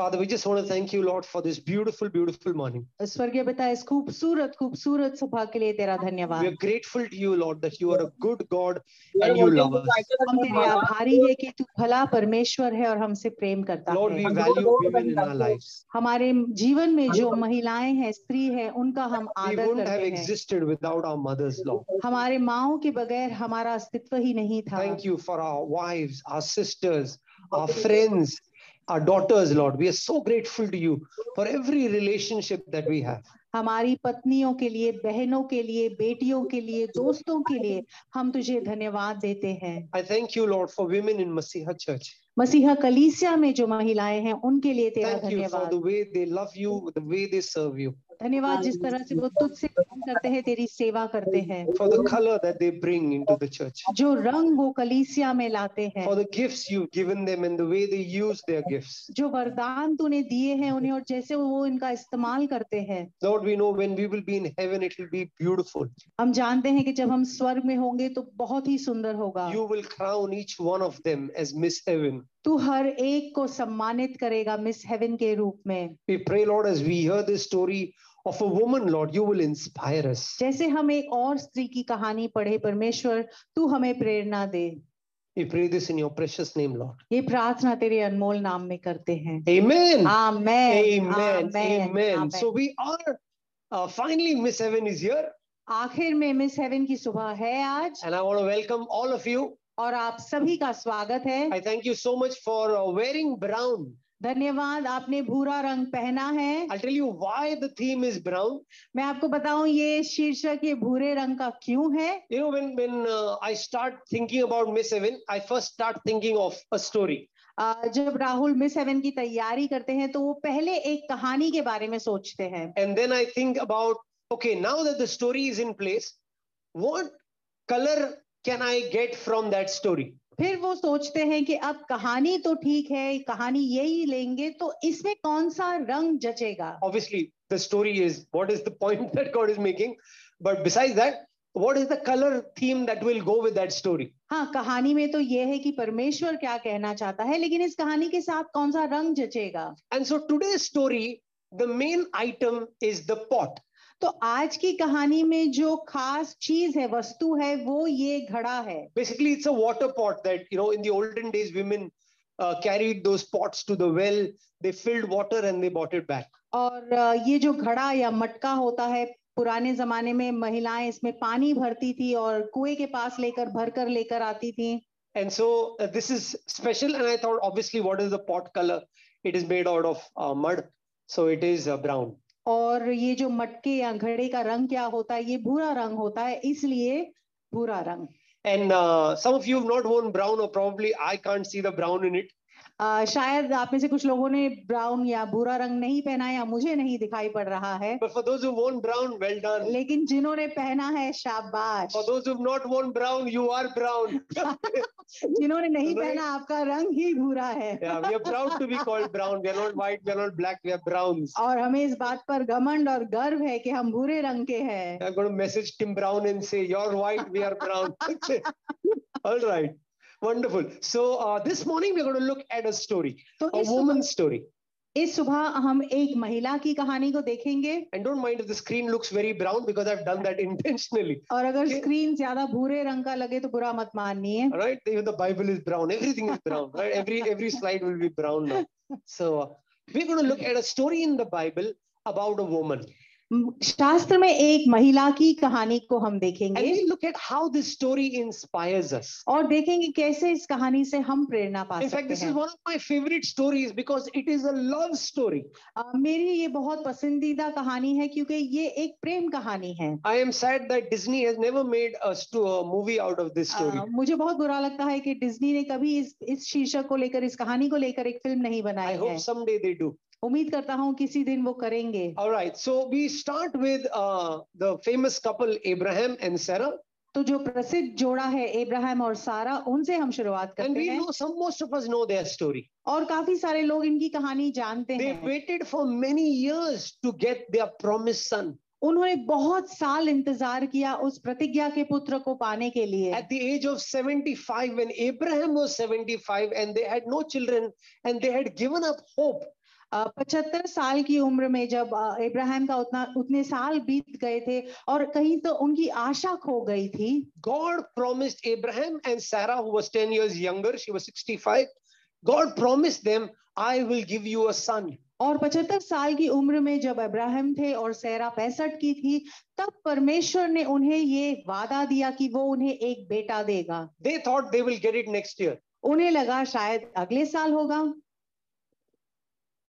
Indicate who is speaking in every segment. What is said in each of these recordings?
Speaker 1: Father, we just want to thank you, Lord, for this beautiful, beautiful morning.
Speaker 2: स्वर्गीय पिता इस खूबसूरत खूबसूरत सुबह के लिए तेरा
Speaker 1: We
Speaker 2: धन्यवाद
Speaker 1: are grateful to you, Lord, that you are a good God and you love us.
Speaker 2: हम तेरे
Speaker 3: Lord,
Speaker 2: आभारी है कि तू भला परमेश्वर है और हमसे प्रेम करता
Speaker 1: Lord, we
Speaker 2: है
Speaker 1: value women in our lives.
Speaker 2: हमारे जीवन में जो महिलाएं हैं स्त्री हैं उनका हम
Speaker 1: We
Speaker 2: आदर
Speaker 1: wouldn't have
Speaker 2: करते हैं
Speaker 1: existed without our mothers, Lord.
Speaker 2: हमारे माओं के बगैर हमारा अस्तित्व ही नहीं था
Speaker 1: Thank you for our wives, our sisters, our friends, our daughters, Lord. We are so grateful to you for every relationship that we have.
Speaker 2: हमारी पत्नियों के लिए बहनों के लिए बेटियों के लिए दोस्तों के लिए हम तुझे धन्यवाद देते हैं
Speaker 1: I thank you, Lord, for women in Masiha Church.
Speaker 2: मसीहा कलीसिया में जो महिलाएं हैं उनके लिए तेरा
Speaker 1: Thank you for
Speaker 2: धन्यवाद
Speaker 1: the way they love you, the way they serve you,
Speaker 2: धन्यवाद जिस तरह से वो तुझसे प्रेम करते हैं तेरी सेवा करते हैं
Speaker 1: for the color that they bring into the church,
Speaker 2: जो रंग वो कलीसिया में लाते हैं
Speaker 1: for the gifts you've given them and the way they use their gifts.
Speaker 2: जो वरदान तूने दिए हैं उन्हें और जैसे वो इनका इस्तेमाल करते हैं
Speaker 1: Lord, we know when we will be in heaven, it will be beautiful.
Speaker 2: हम जानते हैं कि जब हम स्वर्ग में होंगे तो बहुत ही सुंदर होगा
Speaker 1: You will crown each one of them as Miss Heaven.
Speaker 2: तू हर एक को सम्मानित करेगा मिस हेवन के रूप में
Speaker 1: We pray, Lord, as we hear this story of a woman, Lord, you will inspire us.
Speaker 2: जैसे हम एक और स्त्री की कहानी पढ़े परमेश्वर तू हमें प्रेरणा दे
Speaker 1: We pray this in your precious name, Lord.
Speaker 2: ये प्रार्थना तेरे अनमोल नाम में करते हैं
Speaker 1: Amen.
Speaker 2: आमेन
Speaker 1: Amen.
Speaker 2: आमेन, आमेन।
Speaker 1: So we are uh, finally, Miss Heaven is here,
Speaker 2: आखिर में मिस हेवन की सुबह है आज
Speaker 1: and I want to welcome all of you.
Speaker 2: और आप सभी का स्वागत है
Speaker 1: I thank you so much for uh, wearing brown.
Speaker 2: धन्यवाद आपने भूरा रंग पहना है
Speaker 1: I'll tell you why the theme is brown.
Speaker 2: मैं आपको बताऊं ये शीर्षक ये भूरे रंग का क्यों है
Speaker 1: You know, when when uh, I start thinking about Miss Heaven, I first start thinking of a story.
Speaker 2: अ, जब राहुल मिस सेवन की तैयारी करते हैं तो वो पहले एक कहानी के बारे में सोचते हैं
Speaker 1: and then I think about okay, now that the story is in place, what color can I get from that story?
Speaker 2: फिर वो सोचते हैं कि अब कहानी तो ठीक है कहानी यही लेंगे तो इसमें कौन सा रंग जचेगा
Speaker 1: Obviously, the story is what is the point that God is making, but besides that, what is the color theme that will go with that story?
Speaker 2: हाँ कहानी में तो ये है कि परमेश्वर क्या कहना चाहता है लेकिन इस कहानी के साथ कौन सा रंग जचेगा
Speaker 1: And so today's story, the main item is the pot.
Speaker 2: तो आज की कहानी में जो खास चीज है वस्तु है वो ये घड़ा है
Speaker 1: Basically, it's a water pot that you know in the olden days women. Uh, carried those pots to the well, they filled water and they brought it back.
Speaker 2: और अ, ये जो घड़ा या मटका होता है पुराने जमाने में महिलाएं इसमें पानी भरती थी और कुएं के पास लेकर भरकर लेकर आती थी
Speaker 1: And so uh, this is special. And I thought, obviously, what is the pot color? It is made out of uh, mud. So it is uh, brown.
Speaker 2: और ये जो मटके या घड़े का रंग क्या होता है ये भूरा रंग होता है इसलिए भूरा रंग
Speaker 1: And uh, some of you have not worn brown, or probably I can't see the brown in it.
Speaker 2: अ, शायद आप में से कुछ लोगों ने ब्राउन या भूरा रंग नहीं पहना है या मुझे नहीं दिखाई पड़ रहा है
Speaker 1: But for those who've worn brown, well done.
Speaker 2: लेकिन जिन्होंने पहना है शाबाश
Speaker 1: For those who've not worn brown, you are brown.
Speaker 2: जिन्होंने नहीं
Speaker 1: नहीं।
Speaker 2: पहना आपका रंग ही भूरा है
Speaker 1: yeah, we are proud to be called brown. We are not white, we are not black, we are browns.
Speaker 2: और हमें इस बात पर घमंड और गर्व है कि हम भूरे रंग के हैं
Speaker 1: I'm going to message Tim Brown and say, You're white, we are brown. All right. Wonderful. So uh, this morning, we're going to look at a story,
Speaker 2: तो
Speaker 1: a
Speaker 2: इस सुबह,
Speaker 1: woman's story.
Speaker 2: इस सुबह हम एक महिला की कहानी को देखेंगे
Speaker 1: And don't mind if the screen looks very brown because I've done that intentionally.
Speaker 2: और अगर
Speaker 1: Okay.
Speaker 2: स्क्रीन ज्यादा भूरे रंग का लगे तो बुरा मत मानिए
Speaker 1: All right, even the Bible is brown. Everything is brown. Right, every every slide will be brown now. So uh, we're going to look at a story in the Bible about a woman,
Speaker 2: म- शास्त्र में एक महिला की कहानी को हम
Speaker 1: and
Speaker 2: देखेंगे
Speaker 1: we look at how this story inspires us.
Speaker 2: और देखेंगे कैसे इस कहानी से हम प्रेरणा पा
Speaker 1: In fact,
Speaker 2: सकते
Speaker 1: this is
Speaker 2: हैं
Speaker 1: one of my favorite stories because it is a love story.
Speaker 2: अ, मेरी ये बहुत पसंदीदा कहानी है क्योंकि ये एक प्रेम कहानी है
Speaker 1: I am sad that Disney has never made a, sto- a movie out of this story.
Speaker 2: अ, मुझे बहुत बुरा लगता है कि डिज्नी ने कभी इस इस शीर्षक को लेकर इस कहानी को लेकर एक फिल्म नहीं
Speaker 1: I
Speaker 2: बनाई है
Speaker 1: hope someday they do.
Speaker 2: उम्मीद करता हूँ किसी दिन वो करेंगे
Speaker 1: All right, so we start with uh, the famous couple Abraham and Sarah.
Speaker 2: तो जो प्रसिद्ध जोड़ा है इब्राहिम और सारा उनसे हम शुरुआत
Speaker 1: And
Speaker 2: करते
Speaker 1: we
Speaker 2: हैं
Speaker 1: know some most of us know their story.
Speaker 2: और काफी सारे लोग इनकी कहानी जानते
Speaker 1: They
Speaker 2: हैं
Speaker 1: waited for many years to get their promised son.
Speaker 2: उन्होंने बहुत साल इंतजार किया उस प्रतिज्ञा के पुत्र को पाने के लिए
Speaker 1: At the age of 75, when Abraham was 75 and they had no children and they had given up hope,
Speaker 2: पचहत्तर साल की उम्र में जब अ, इब्राहिम का उतना उतने साल बीत गए थे और कहीं तो उनकी आशा खो गई थी
Speaker 1: God promised Abraham and Sarah, who was 10 years younger, she was 65. God promised them, I will give you a son.
Speaker 2: और पचहत्तर साल की उम्र में जब अब्राहम थे और सैरा पैंसठ की थी तब परमेश्वर ने उन्हें ये वादा दिया कि वो उन्हें एक बेटा देगा
Speaker 1: They thought they will get it next year.
Speaker 2: उन्हें लगा शायद अगले साल होगा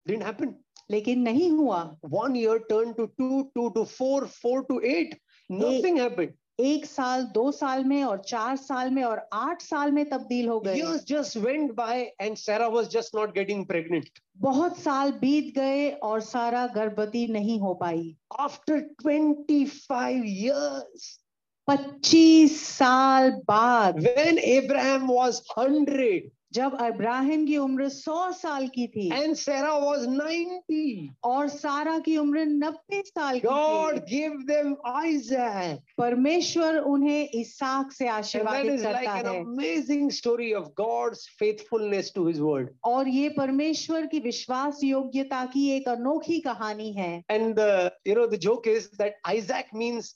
Speaker 1: Didn't happen.
Speaker 2: लेकिन नहीं हुआ
Speaker 1: One year turned to two, two to four, four to eight. Nothing happened.
Speaker 2: एक साल दो साल में और चार साल में और आठ साल में तब्दील हो गए
Speaker 1: Years just went by, and Sarah was just not getting pregnant.
Speaker 2: बहुत साल बीत गए और सारा गर्भवती नहीं हो पाई
Speaker 1: After 25 years,
Speaker 2: 25 साल बाद
Speaker 1: when Abraham was 100
Speaker 2: जब अब्राहम की उम्र 100 साल की थी
Speaker 1: and Sarah was 90,
Speaker 2: और सारा की उम्र 90 साल की थी
Speaker 1: God gave them Isaac.
Speaker 2: परमेश्वर उन्हें इसाक से
Speaker 1: And that
Speaker 2: आशीर्वादित
Speaker 1: is like
Speaker 2: करता
Speaker 1: an
Speaker 2: है
Speaker 1: amazing story of God's faithfulness to his word.
Speaker 2: और ये परमेश्वर की विश्वास योग्यता की एक अनोखी कहानी है
Speaker 1: And the you know the joke is that Isaac means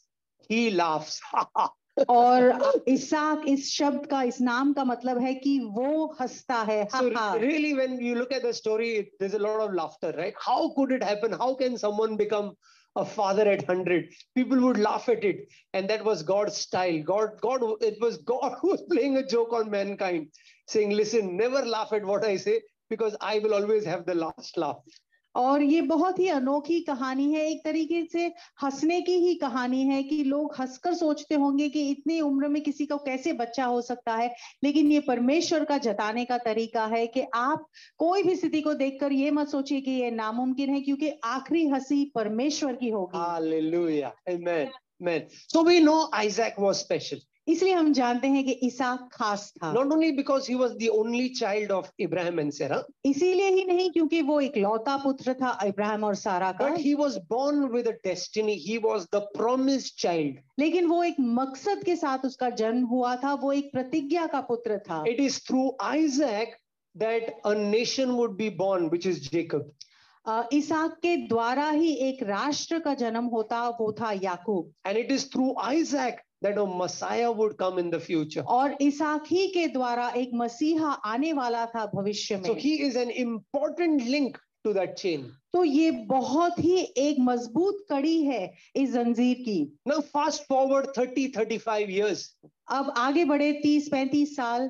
Speaker 1: he laughs.
Speaker 2: और इसाक इस शब्द का इस नाम का मतलब है कि वो हंसता है हा,
Speaker 1: so
Speaker 2: हा।
Speaker 1: really, when you look at the story, it, there's a lot of laughter, right? How could it happen? How can someone become a father at hundred? People would laugh at it, and that was God's style. God, God, it was God who was playing a joke on mankind, saying, "Listen, never laugh at what I say, because I will always have the last laugh."
Speaker 2: और ये बहुत ही अनोखी कहानी है एक तरीके से हंसने की ही कहानी है कि लोग हंसकर सोचते होंगे कि इतनी उम्र में किसी को कैसे बच्चा हो सकता है लेकिन ये परमेश्वर का जताने का तरीका है कि आप कोई भी स्थिति को देखकर ये मत सोचिए कि ये नामुमकिन है क्योंकि आखिरी हंसी परमेश्वर की
Speaker 1: हाँ।
Speaker 2: होगी
Speaker 1: Hallelujah. Amen. Amen. So we know Isaac was special,
Speaker 2: इसलिए हम जानते हैं कि ईसाक खास था
Speaker 1: not only because he was the only child of Abraham and Sarah,
Speaker 2: इसीलिए ही नहीं क्योंकि वो एक लौता पुत्र था इब्राहिम और सारा का
Speaker 1: but he was born with a destiny. He was the promised child.
Speaker 2: लेकिन वो एक मकसद के साथ उसका जन्म हुआ था वो एक प्रतिज्ञा का पुत्र था
Speaker 1: It is through Isaac that a nation would be born, which is Jacob.
Speaker 2: अ, इसाक के द्वारा ही एक राष्ट्र का जन्म होता वो था याकूब
Speaker 1: And it is through Isaac that a Messiah would come in the future.
Speaker 2: और इसाक ही के द्वारा एक मसीहा आने वाला था भविष्य
Speaker 1: So
Speaker 2: में
Speaker 1: he is an important link to that chain.
Speaker 2: तो ये बहुत ही एक मजबूत कड़ी है इस जंजीर की
Speaker 1: Now, fast forward 30, 35 years.
Speaker 2: अब आगे बढ़े तीस पैंतीस साल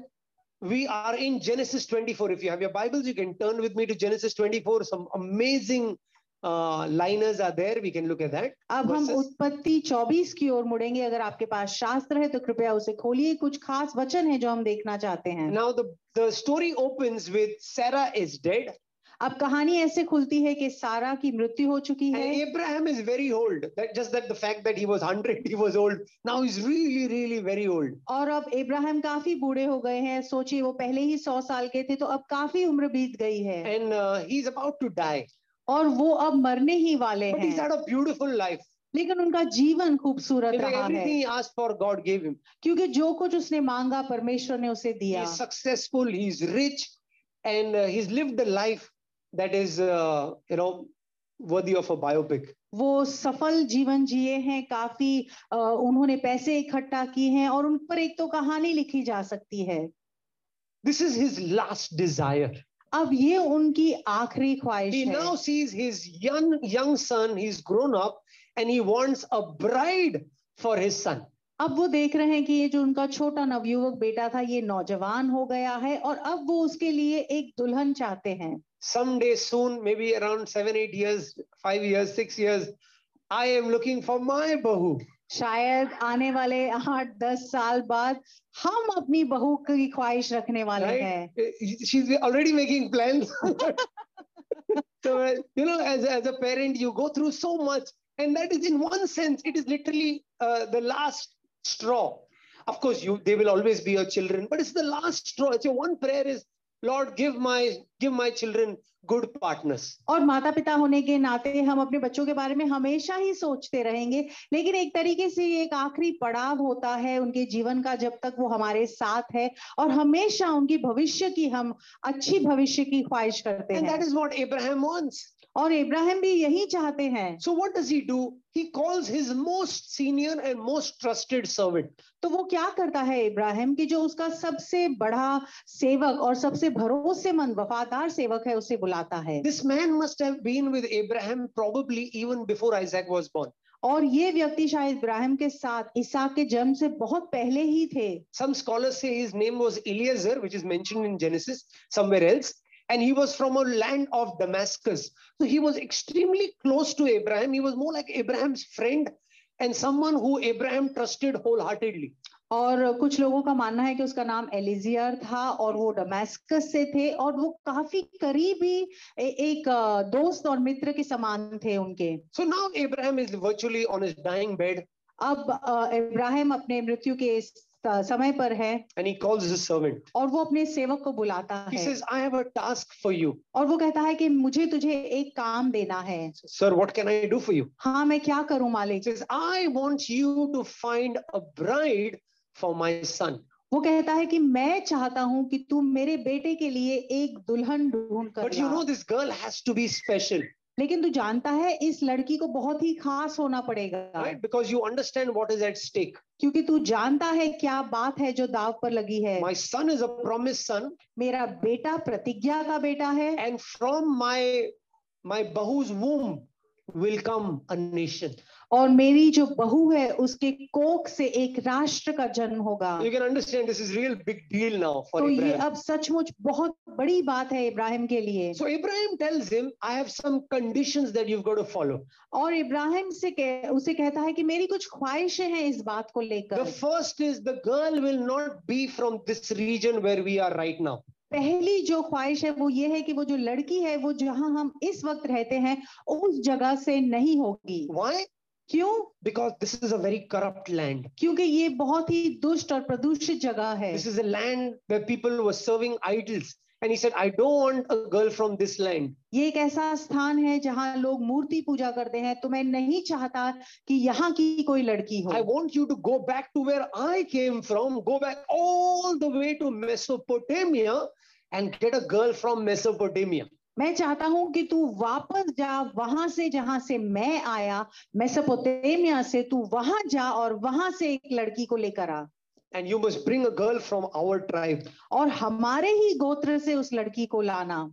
Speaker 1: We are in Genesis 24. If you have your Bibles, you can turn with me to Genesis 24. Some amazing uh, liners are there. We can look at that.
Speaker 2: अब हम
Speaker 1: verses-
Speaker 2: उत्पत्ति 24 की ओर मुड़ेंगे अगर आपके पास शास्त्र है तो कृपया उसे खोलिए कुछ खास वचन है जो हम देखना चाहते हैं
Speaker 1: Now, the, the story opens with Sarah is dead,
Speaker 2: अब कहानी ऐसे खुलती है कि सारा की मृत्यु हो चुकी
Speaker 1: and
Speaker 2: है
Speaker 1: Abraham is very old. That, just that the fact that he was 100, he was old. Now he's really, really very old.
Speaker 2: और अब इब्राहिम काफी बूढ़े हो गए हैं सोचिए वो पहले ही सौ साल के थे तो अब काफी उम्र बीत गई है
Speaker 1: And uh, he's about to die.
Speaker 2: और वो अब मरने ही वाले
Speaker 1: But he's
Speaker 2: हैं
Speaker 1: had a beautiful life.
Speaker 2: लेकिन उनका जीवन खूबसूरत
Speaker 1: In fact,
Speaker 2: रहा
Speaker 1: everything
Speaker 2: है
Speaker 1: he asked for, God gave him.
Speaker 2: क्योंकि जो कुछ उसने मांगा परमेश्वर ने उसे दिया
Speaker 1: He's successful, he's rich, and uh, he's lived a life that is, uh, you know, worthy of a biopic.
Speaker 2: वो सफल जीवन जिए हैं काफी अ, उन्होंने पैसे इकट्ठा किए हैं और उन पर एक तो कहानी लिखी जा सकती है
Speaker 1: This is his last desire.
Speaker 2: अब ये उनकी आखिरी ख्वाहिश
Speaker 1: He
Speaker 2: है
Speaker 1: now sees his young young son, he's grown up, and he wants a bride for his son.
Speaker 2: अब वो देख रहे हैं कि ये जो उनका छोटा नवयुवक बेटा था ये नौजवान हो गया है और अब वो उसके लिए एक दुल्हन चाहते हैं
Speaker 1: Someday soon, maybe around seven, eight years, five years, six years, I am looking for my Bahu.
Speaker 2: शायद आने वाले आठ दस साल बाद हम अपनी बहू की ख्वाहिश रखने वाले
Speaker 1: Right?
Speaker 2: हैं
Speaker 1: Eh, She's already making plans. so, uh, you know, as, as a parent, you go through so much. And that is, in one sense, it is literally uh, the last straw. Of course, you they will always be your children, but it's the last straw. It's your one prayer is, Lord, give my give my children good partners.
Speaker 2: और माता पिता होने के नाते हम अपने बच्चों के बारे में हमेशा ही सोचते रहेंगे लेकिन एक तरीके से ये एक आखिरी पड़ाव होता है उनके जीवन का जब तक वो हमारे साथ है और हमेशा उनकी भविष्य की हम अच्छी भविष्य की ख्वाहिश करते
Speaker 1: And
Speaker 2: हैं
Speaker 1: that is what Abraham wants.
Speaker 2: और इब्राहिम भी यही चाहते हैं
Speaker 1: So what does he do? He calls his most senior and most trusted servant.
Speaker 2: तो वो क्या करता है इब्राहिम कि जो उसका सबसे बड़ा सेवक और सबसे भरोसेमंद वफादार सेवक है उसे बुलाता है
Speaker 1: This man must have been with Abraham probably even before Isaac was born.
Speaker 2: और ये व्यक्ति शायद इब्राहिम के साथ इसहाक के जन्म से बहुत पहले ही थे
Speaker 1: Some scholars say his name was Eliezer, which is mentioned in Genesis somewhere else. And he was from a land of Damascus. So he was extremely close to Abraham. He was more like Abraham's friend and someone who Abraham trusted wholeheartedly.
Speaker 2: और कुछ लोगों का मानना है कि उसका नाम एलिजियर था और वो डमास्कस से थे और वो काफी करीबी ए- एक अ, दोस्त और मित्र के समान थे उनके
Speaker 1: So now Abraham is virtually on his dying bed
Speaker 2: अब अ, इब्राहिम अपने मृत्यु के इस, अ, समय पर है
Speaker 1: and he calls his servant.
Speaker 2: और वो अपने सेवक को बुलाता
Speaker 1: He
Speaker 2: है
Speaker 1: says, I have a task for you.
Speaker 2: और वो कहता है कि मुझे तुझे एक काम देना है
Speaker 1: Sir, what can I do for you?
Speaker 2: हाँ मैं क्या करूं
Speaker 1: He
Speaker 2: मालिक
Speaker 1: says, I want you to find a bride for my son.
Speaker 2: वो कहता है कि मैं चाहता हूं कि तू मेरे बेटे के लिए एक दुल्हन ढूंढ कर
Speaker 1: But you
Speaker 2: La.
Speaker 1: know, this girl has to be special,
Speaker 2: लेकिन तू जानता है इस लड़की को बहुत ही खास होना पड़ेगा
Speaker 1: right? Because you understand what is at stake.
Speaker 2: क्योंकि तू जानता है क्या बात है जो दाव पर लगी है
Speaker 1: My son is a promised son,
Speaker 2: मेरा बेटा प्रतिज्ञा का बेटा है
Speaker 1: and from my my Bahu's womb will come a nation.
Speaker 2: और मेरी जो बहू है उसके कोख से एक राष्ट्र का जन्म होगा
Speaker 1: You can understand this is real big deal now for
Speaker 2: तो ये
Speaker 1: Abraham.
Speaker 2: अब सचमुच बहुत बड़ी बात है इब्राहिम के लिए
Speaker 1: So Abraham tells him, I have some conditions that you've got to follow.
Speaker 2: और इब्राहिम से कह, उसे कहता है कि मेरी कुछ ख्वाहिशें हैं इस बात को
Speaker 1: The
Speaker 2: लेकर
Speaker 1: first is the girl will not be from this region where we are right now.
Speaker 2: पहली जो ख्वाहिश है वो ये है कि वो जो लड़की है वो जहां हम इस वक्त रहते हैं उस जगह से नहीं होगी
Speaker 1: Why?
Speaker 2: क्यों
Speaker 1: Because this is a very corrupt land.
Speaker 2: क्योंकि ये बहुत ही दुष्ट और प्रदूषित जगह है
Speaker 1: This is a land where people were serving idols. And he said, I don't want a girl from this land.
Speaker 2: ये एक ऐसा स्थान है जहाँ लोग मूर्ति पूजा करते हैं तो मैं नहीं चाहता कि यहाँ की कोई लड़की
Speaker 1: I
Speaker 2: हो
Speaker 1: want you to go back to where I came from, go back all the way to Mesopotamia and get a girl from Mesopotamia.
Speaker 2: मैं चाहता हूँ कि तू वापस जा वहां से जहां से मैं आया मेसोपोटामिया से तू वहां जा और वहां से एक लड़की को लेकर आ
Speaker 1: And you must bring a girl from our tribe.
Speaker 2: और हमारे ही गोत्र से उस लड़की को लाना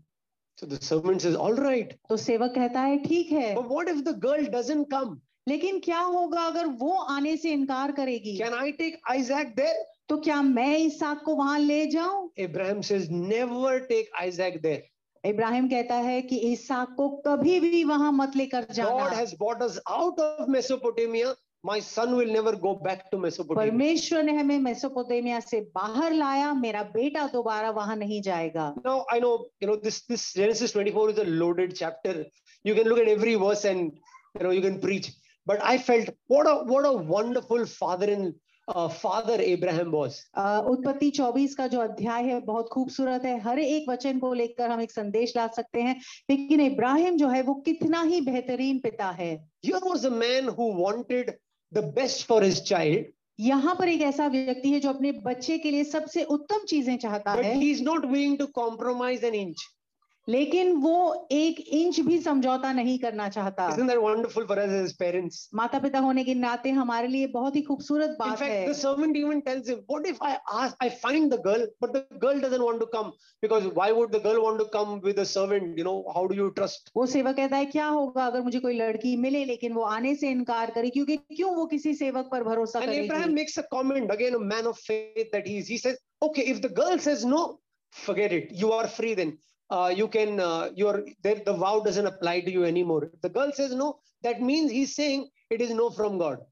Speaker 1: So the servant says, All right.
Speaker 2: तो सेवक कहता है ठीक है
Speaker 1: But what if the girl doesn't come?
Speaker 2: लेकिन क्या होगा अगर वो आने से इनकार करेगी
Speaker 1: Can I take Isaac there?
Speaker 2: तो क्या मैं इस साग को वहां ले जाऊं
Speaker 1: Abraham says, Never take Isaac there.
Speaker 2: Ibrahim कहता है कि इसहाक को कभी भी वहां मत लेकर
Speaker 1: God
Speaker 2: जाना
Speaker 1: has brought us out of Mesopotamia. My son will never go back to Mesopotamia.
Speaker 2: परमेश्वर ने हमें मेसोपोटामिया से बाहर लाया मेरा बेटा दोबारा वहां नहीं जाएगा
Speaker 1: Now I know you know this this Genesis 24 is a loaded chapter. You can look at every verse and you know you can preach. But I felt what a what a wonderful father in uh, father Abraham was.
Speaker 2: अ, उत्पत्ति 24 का जो अध्याय है बहुत खूबसूरत है हर एक वचन को लेकर हम एक संदेश ला सकते हैं लेकिन इब्राहिम जो है वो कितना ही बेहतरीन पिता है
Speaker 1: Here was a man who wanted the best for his child,
Speaker 2: यहाँ पर एक ऐसा व्यक्ति है जो अपने बच्चे के लिए सबसे उत्तम चीजें चाहता
Speaker 1: but
Speaker 2: है
Speaker 1: he's not willing to compromise an inch.
Speaker 2: लेकिन वो एक इंच भी समझौता नहीं करना चाहता
Speaker 1: Isn't that wonderful for us as parents?
Speaker 2: माता पिता होने के नाते हमारे लिए बहुत ही खूबसूरत
Speaker 1: In
Speaker 2: बात
Speaker 1: fact,
Speaker 2: है
Speaker 1: the servant even tells him, "What if I ask? I find the girl, but the girl doesn't want to come because why would the girl want to come with a servant? You know, how do you trust
Speaker 2: वो सेवक कहता है क्या होगा अगर मुझे कोई लड़की मिले लेकिन वो आने से इनकार करे क्योंकि क्यों वो किसी सेवक पर भरोसा
Speaker 1: And Abraham
Speaker 2: करेगी
Speaker 1: makes a comment again, a man of faith that he is. He says, "Okay, if the girl says no, forget it. You are free then. Uh, you can. Uh, you are there. The vow doesn't apply to you anymore. If the girl says no, that means he's saying it is no from God.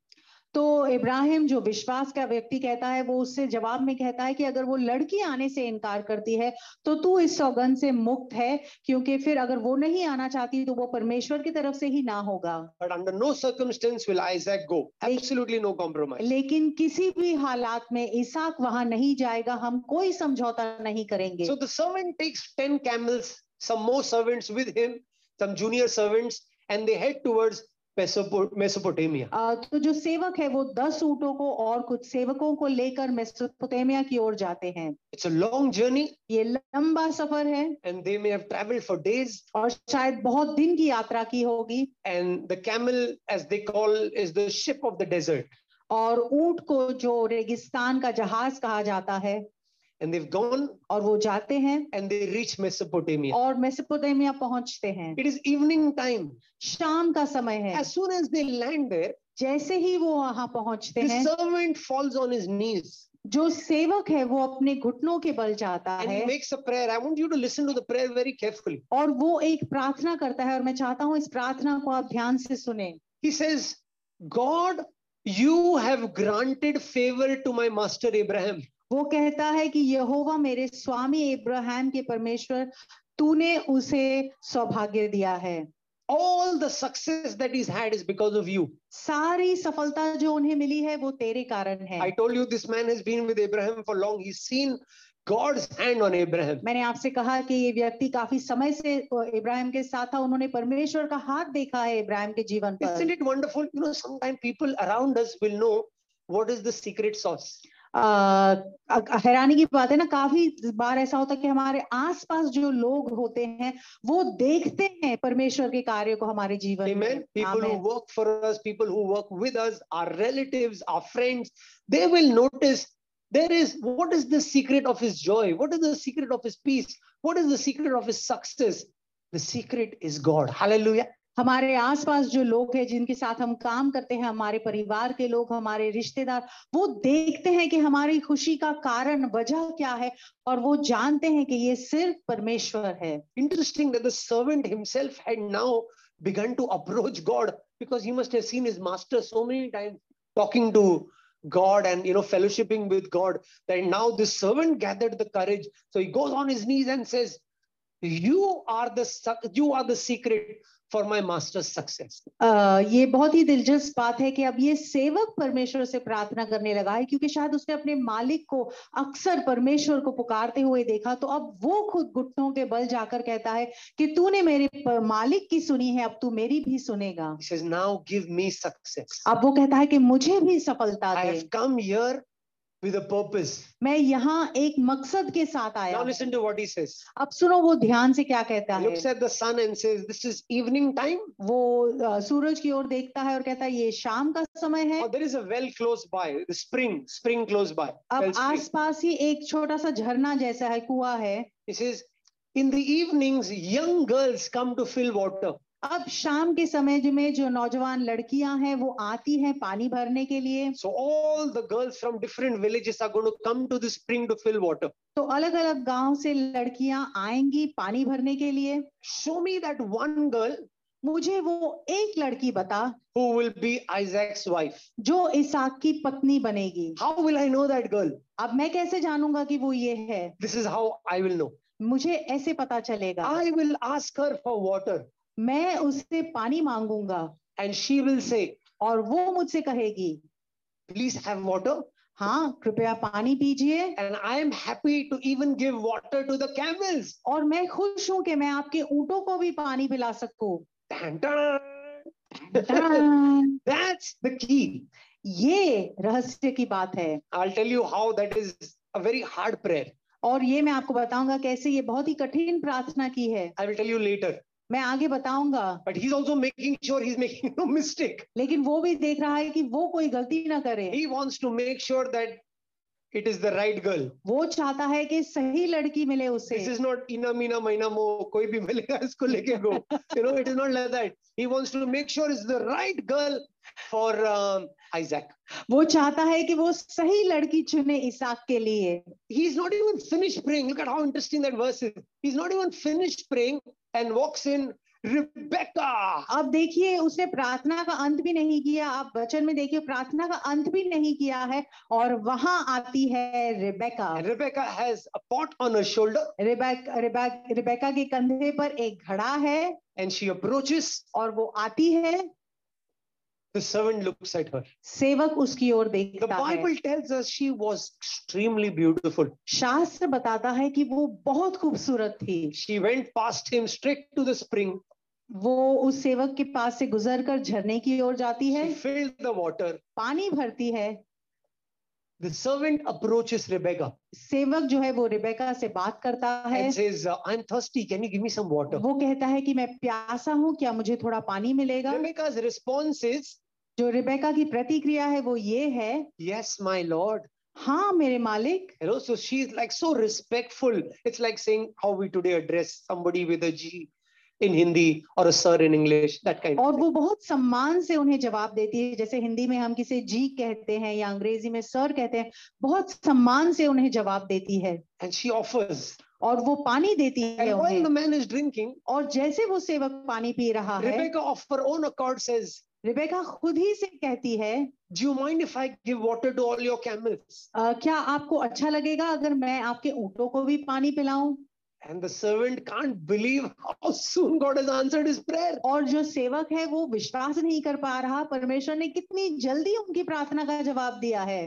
Speaker 2: तो इब्राहिम जो विश्वास का व्यक्ति कहता है वो उससे जवाब में कहता है कि अगर वो लड़की आने से इनकार करती है तो तू इस सौगंध से मुक्त है क्योंकि फिर अगर वो नहीं आना चाहती तो वो परमेश्वर की तरफ से ही ना होगा
Speaker 1: But under no circumstance will Isaac go. Absolutely no compromise.
Speaker 2: लेकिन किसी भी हालात में इसाक वहां नहीं जाएगा हम कोई समझौता नहीं करेंगे
Speaker 1: So the servant takes 10 camels, some more servants with him, some junior servants, and they head towards Mesopo- Mesopotamia.
Speaker 2: अ, तो जो सेवक है वो दस ऊँटों को और कुछ सेवकों को लेकर मेसोपोटामिया की ओर जाते हैं
Speaker 1: It's a long journey,
Speaker 2: ये लंबा सफर है
Speaker 1: and they may have traveled for days.
Speaker 2: और शायद बहुत दिन की यात्रा की होगी
Speaker 1: And the camel, as they call, is the ship of the desert.
Speaker 2: और ऊंट को जो रेगिस्तान का जहाज कहा जाता है
Speaker 1: And they've gone
Speaker 2: और वो जाते हैं
Speaker 1: and they reach Mesopotamia.
Speaker 2: और मेसोपोटामिया पहुंचते हैं
Speaker 1: It is evening time.
Speaker 2: शाम का समय है
Speaker 1: As soon as they land there,
Speaker 2: जैसे ही वो वहां पहुंचते
Speaker 1: the
Speaker 2: हैं
Speaker 1: servant falls on his knees
Speaker 2: जो सेवक है वो अपने घुटनों के बल जाता
Speaker 1: and
Speaker 2: है
Speaker 1: he makes a prayer. I want you to listen to the prayer very carefully.
Speaker 2: और वो एक प्रार्थना करता है और मैं चाहता हूँ इस प्रार्थना को आप ध्यान से सुने
Speaker 1: He says, God, you have granted favor to my master Abraham.
Speaker 2: वो कहता है कि यहोवा मेरे स्वामी इब्राहिम के परमेश्वर तूने उसे सौभाग्य दिया है
Speaker 1: All the success that he's had is because of you.
Speaker 2: सारी सफलता जो उन्हें मिली है वो तेरे कारण
Speaker 1: I
Speaker 2: है
Speaker 1: told you this man has been with Abraham for long. He's seen God's hand on Abraham.
Speaker 2: मैंने आपसे कहा कि ये व्यक्ति काफी समय से अ, इब्राहिम के साथ था उन्होंने परमेश्वर का हाथ देखा है इब्राहिम के जीवन पर
Speaker 1: Isn't it wonderful? You know, sometimes people around us will know what is the secret sauce.
Speaker 2: अ, अ- हैरानी की बात है ना काफी बार ऐसा होता है कि हमारे आसपास जो लोग होते हैं वो देखते हैं परमेश्वर के कार्य को हमारे जीवन
Speaker 1: Amen.
Speaker 2: में
Speaker 1: People who
Speaker 2: आमीन।
Speaker 1: work for us, people who work with us, our relatives, our friends, they will notice there is what is the secret of his joy? What is the secret of his peace? What is the secret of his success? The secret is God. Hallelujah.
Speaker 2: हमारे आसपास जो लोग हैं जिनके साथ हम काम करते हैं हमारे परिवार के लोग हमारे रिश्तेदार वो देखते हैं कि हमारी खुशी का कारण वजह क्या है और वो जानते हैं कि ये सिर्फ परमेश्वर है
Speaker 1: Interesting that the servant himself had now begun to approach God because he must have seen his master so many times talking to God and you know fellowshipping with God that now this servant gathered the courage. So he goes on his knees and says, You are the suc- you are the secret for my master's success.
Speaker 2: अ, ये बहुत ही दिलचस्प बात है कि अब ये सेवक परमेश्वर से प्रार्थना करने लगा है क्योंकि शायद उसने अपने मालिक को अक्सर परमेश्वर को पुकारते हुए देखा तो अब वो खुद घुटनों के बल जाकर कहता है कि तूने मेरे प- मालिक की सुनी है अब तू मेरी भी सुनेगा
Speaker 1: He says, Now give me success.
Speaker 2: अब वो कहता है कि मुझे भी सफलता
Speaker 1: I
Speaker 2: they
Speaker 1: have come here with a purpose.
Speaker 2: मैं यहाँ एक मकसद के साथ आया
Speaker 1: Now
Speaker 2: हूँ।
Speaker 1: listen to what he says.
Speaker 2: अब सुनो वो ध्यान से क्या कहता है
Speaker 1: Looks at the sun and says, This is evening time.
Speaker 2: वो अ, सूरज की ओर देखता है और कहता है ये शाम का समय है
Speaker 1: Oh, there is a well close by, the spring, spring close by.
Speaker 2: अब
Speaker 1: well spring.
Speaker 2: आसपास ही एक छोटा सा झरना जैसा है कुआं है
Speaker 1: He says, in the evenings, young girls come to fill water.
Speaker 2: अब शाम के समय जो में जो नौजवान लड़कियां हैं वो आती हैं पानी भरने के लिए
Speaker 1: So all the girls from different villages are going to come to the spring to fill water.
Speaker 2: तो अलग अलग गांव से लड़कियां आएंगी पानी भरने के लिए
Speaker 1: Show me that one girl
Speaker 2: मुझे वो एक लड़की बता
Speaker 1: who will be Isaac's wife.
Speaker 2: जो इसाक की पत्नी बनेगी
Speaker 1: How will I know that girl?
Speaker 2: अब मैं कैसे जानूंगा कि वो ये है
Speaker 1: This is how I will know.
Speaker 2: मुझे ऐसे पता चलेगा
Speaker 1: I will ask her for water,
Speaker 2: मैं उससे पानी मांगूंगा
Speaker 1: and she will say,
Speaker 2: और वो मुझसे कहेगी
Speaker 1: Please have water.
Speaker 2: हाँ कृपया पानी पीजिए
Speaker 1: And I am happy to even give water to the camels.
Speaker 2: और मैं खुश हूं कि मैं आपके ऊँटों को भी पानी पिला सकूं
Speaker 1: Dun, dun.
Speaker 2: ताडान!
Speaker 1: That's the key.
Speaker 2: ये रहस्य की बात है
Speaker 1: I'll tell you how that is a very hard prayer.
Speaker 2: और ये मैं आपको बताऊंगा कैसे ये बहुत ही कठिन प्रार्थना की है
Speaker 1: I will tell you later.
Speaker 2: मैं आगे बताऊंगा
Speaker 1: But he's also making sure he's making no mistake.
Speaker 2: लेकिन वो भी देख रहा है कि वो कोई गलती ना करे
Speaker 1: He wants to make sure that it is the right girl.
Speaker 2: वो चाहता है कि सही लड़की मिले उसे
Speaker 1: This is not ina mina maina mo koi bhi milega isko leke go. You know, it is not like that. He wants to make sure it's the right girl for um, Isaac.
Speaker 2: वो चाहता है कि वो सही लड़की चुने Isaac के लिए
Speaker 1: He's not even finished praying. Look at how interesting that verse is. He's not even finished praying and walks in Rebecca.
Speaker 2: अब देखिए उसने प्रार्थना का अंत भी नहीं किया आप वचन में देखिए प्रार्थना का अंत भी नहीं किया है और वहां आती है Rebecca
Speaker 1: And Rebecca has a pot on her shoulder
Speaker 2: Rebecca Rebecca Rebecca के कंधे पर एक घड़ा है
Speaker 1: and she approaches.
Speaker 2: और वो आती है
Speaker 1: The servant looks at her.
Speaker 2: सेवक उसकी ओर
Speaker 1: The
Speaker 2: देखता है
Speaker 1: Bible tells us she was extremely beautiful.
Speaker 2: शास्त्र बताता है कि वो बहुत खूबसूरत थी
Speaker 1: She went past him straight to the spring.
Speaker 2: वो उस सेवक के पास से गुजर कर झरने की ओर जाती है
Speaker 1: She filled the water.
Speaker 2: पानी भरती है
Speaker 1: The servant approaches Rebecca
Speaker 2: सेवक जो है वो रिबेका से बात करता है
Speaker 1: and says, uh, I'm thirsty. Can you give me some water?
Speaker 2: वो कहता है कि मैं प्यासा हूँ क्या मुझे थोड़ा पानी मिलेगा
Speaker 1: Rebecca's response is,
Speaker 2: जो रिबेका की प्रतिक्रिया है वो ये है
Speaker 1: Yes, my Lord.
Speaker 2: हाँ मेरे मालिक
Speaker 1: You know, so she's like so respectful. It's like saying how we today address somebody with a G in Hindi or a sir in English, that kind
Speaker 2: और
Speaker 1: of thing.
Speaker 2: वो बहुत सम्मान से उन्हें जवाब देती है जैसे हिंदी में हम किसे जी कहते हैं या अंग्रेजी में सर कहते हैं बहुत सम्मान से उन्हें जवाब देती है
Speaker 1: And she offers.
Speaker 2: और वो पानी देती है
Speaker 1: And while the
Speaker 2: उन्हें
Speaker 1: man is drinking,
Speaker 2: और जैसे वो सेवक पानी पी रहा है
Speaker 1: Rebecca of her own accord says,
Speaker 2: Rebecca खुद ही से कहती है
Speaker 1: Do you mind if I give water to all your camels?
Speaker 2: "अ, क्या आपको अच्छा लगेगा अगर मैं आपके ऊँटों को भी पानी पिलाऊं
Speaker 1: And the servant can't believe how soon God has answered his prayer.
Speaker 2: और जो सेवक है वो विश्वास नहीं कर पा रहा परमेश्वर ने कितनी जल्दी उनकी प्रार्थना का जवाब दिया है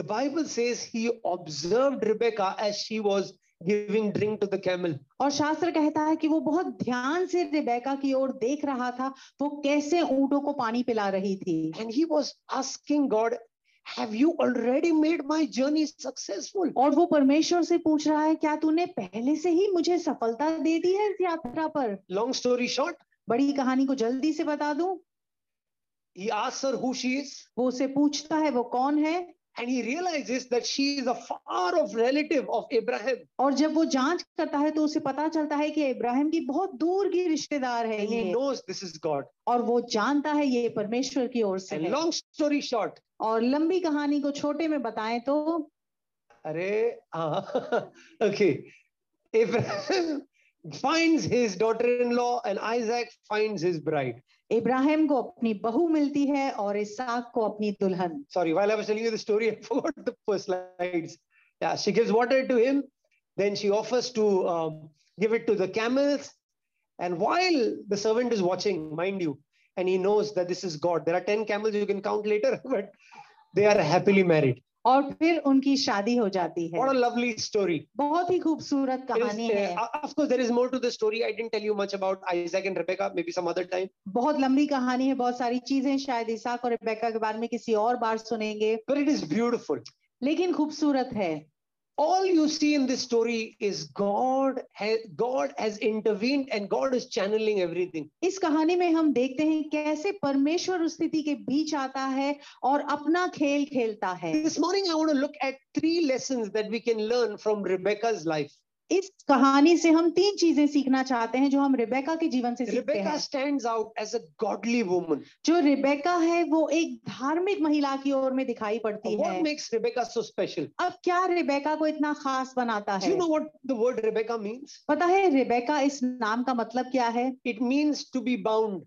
Speaker 1: The Bible says he observed Rebecca as she was giving drink to the camel.
Speaker 2: और शास्त्र कहता है कि वो बहुत ध्यान से रिबेका की ओर देख रहा था तो वो कैसे ऊँटों को पानी पिला रही थी
Speaker 1: And he was asking God, Have you already made my journey successful?
Speaker 2: और वो परमेश्वर से पूछ रहा है क्या तूने पहले से ही मुझे सफलता दे दी है इस यात्रा पर
Speaker 1: Long story short,
Speaker 2: बड़ी कहानी को जल्दी से बता दूं
Speaker 1: he asks her who she is,
Speaker 2: वो उसे पूछता है वो कौन है
Speaker 1: and he realizes that she is a far off relative of Abraham.
Speaker 2: और जब वो जांच करता है तो उसे पता चलता है कि इब्राहिम की बहुत दूर की रिश्तेदार है
Speaker 1: And he
Speaker 2: ये
Speaker 1: knows this is God.
Speaker 2: और वो जानता है ये परमेश्वर की ओर से
Speaker 1: And
Speaker 2: है
Speaker 1: long story short,
Speaker 2: और लंबी कहानी को छोटे में बताएं तो
Speaker 1: अरे, हाँ, okay, Abraham finds his daughter-in-law, and Isaac finds his bride.
Speaker 2: Ibrahim को अपनी बहू मिलती है और इसाक को अपनी दुल्हन
Speaker 1: Sorry, while I was telling you the story, I forgot the first slides. Yeah, she gives water to him, then she offers to um, give it to the camels. And while the servant is watching, mind you, and he knows that this is God, there are 10 camels you can count later, but they are happily married.
Speaker 2: और फिर उनकी शादी हो जाती है
Speaker 1: What a lovely story.
Speaker 2: बहुत ही खूबसूरत
Speaker 1: It is,
Speaker 2: कहानी
Speaker 1: uh,
Speaker 2: है
Speaker 1: uh, of course, there is more to the story. I didn't tell you much about Isaac and Rebecca, maybe some other time.
Speaker 2: बहुत लंबी कहानी है बहुत सारी चीजें शायद इसाक और रिबेका के बारे में किसी और बार सुनेंगे
Speaker 1: But it is beautiful.
Speaker 2: लेकिन खूबसूरत है
Speaker 1: all you see in this story is god has god has intervened and god is channeling everything
Speaker 2: इस कहानी में हम देखते हैं कैसे परमेश्वर उस स्थिति के बीच आता है और अपना खेल खेलता है
Speaker 1: this morning i want to look at three lessons that we can learn from rebecca's life
Speaker 2: इस कहानी से हम तीन चीजें सीखना चाहते हैं जो हम रिबेका के जीवन से सीखते
Speaker 1: rebecca
Speaker 2: हैं
Speaker 1: stands out as a godly woman
Speaker 2: जो रिबेका है वो एक धार्मिक महिला की ओर में दिखाई पड़ती
Speaker 1: And what
Speaker 2: है
Speaker 1: makes rebecca so special
Speaker 2: अब क्या रिबेका को इतना खास बनाता
Speaker 1: do
Speaker 2: है
Speaker 1: you know what the word rebecca means
Speaker 2: पता है रिबेका इस नाम का मतलब क्या है
Speaker 1: it means to be bound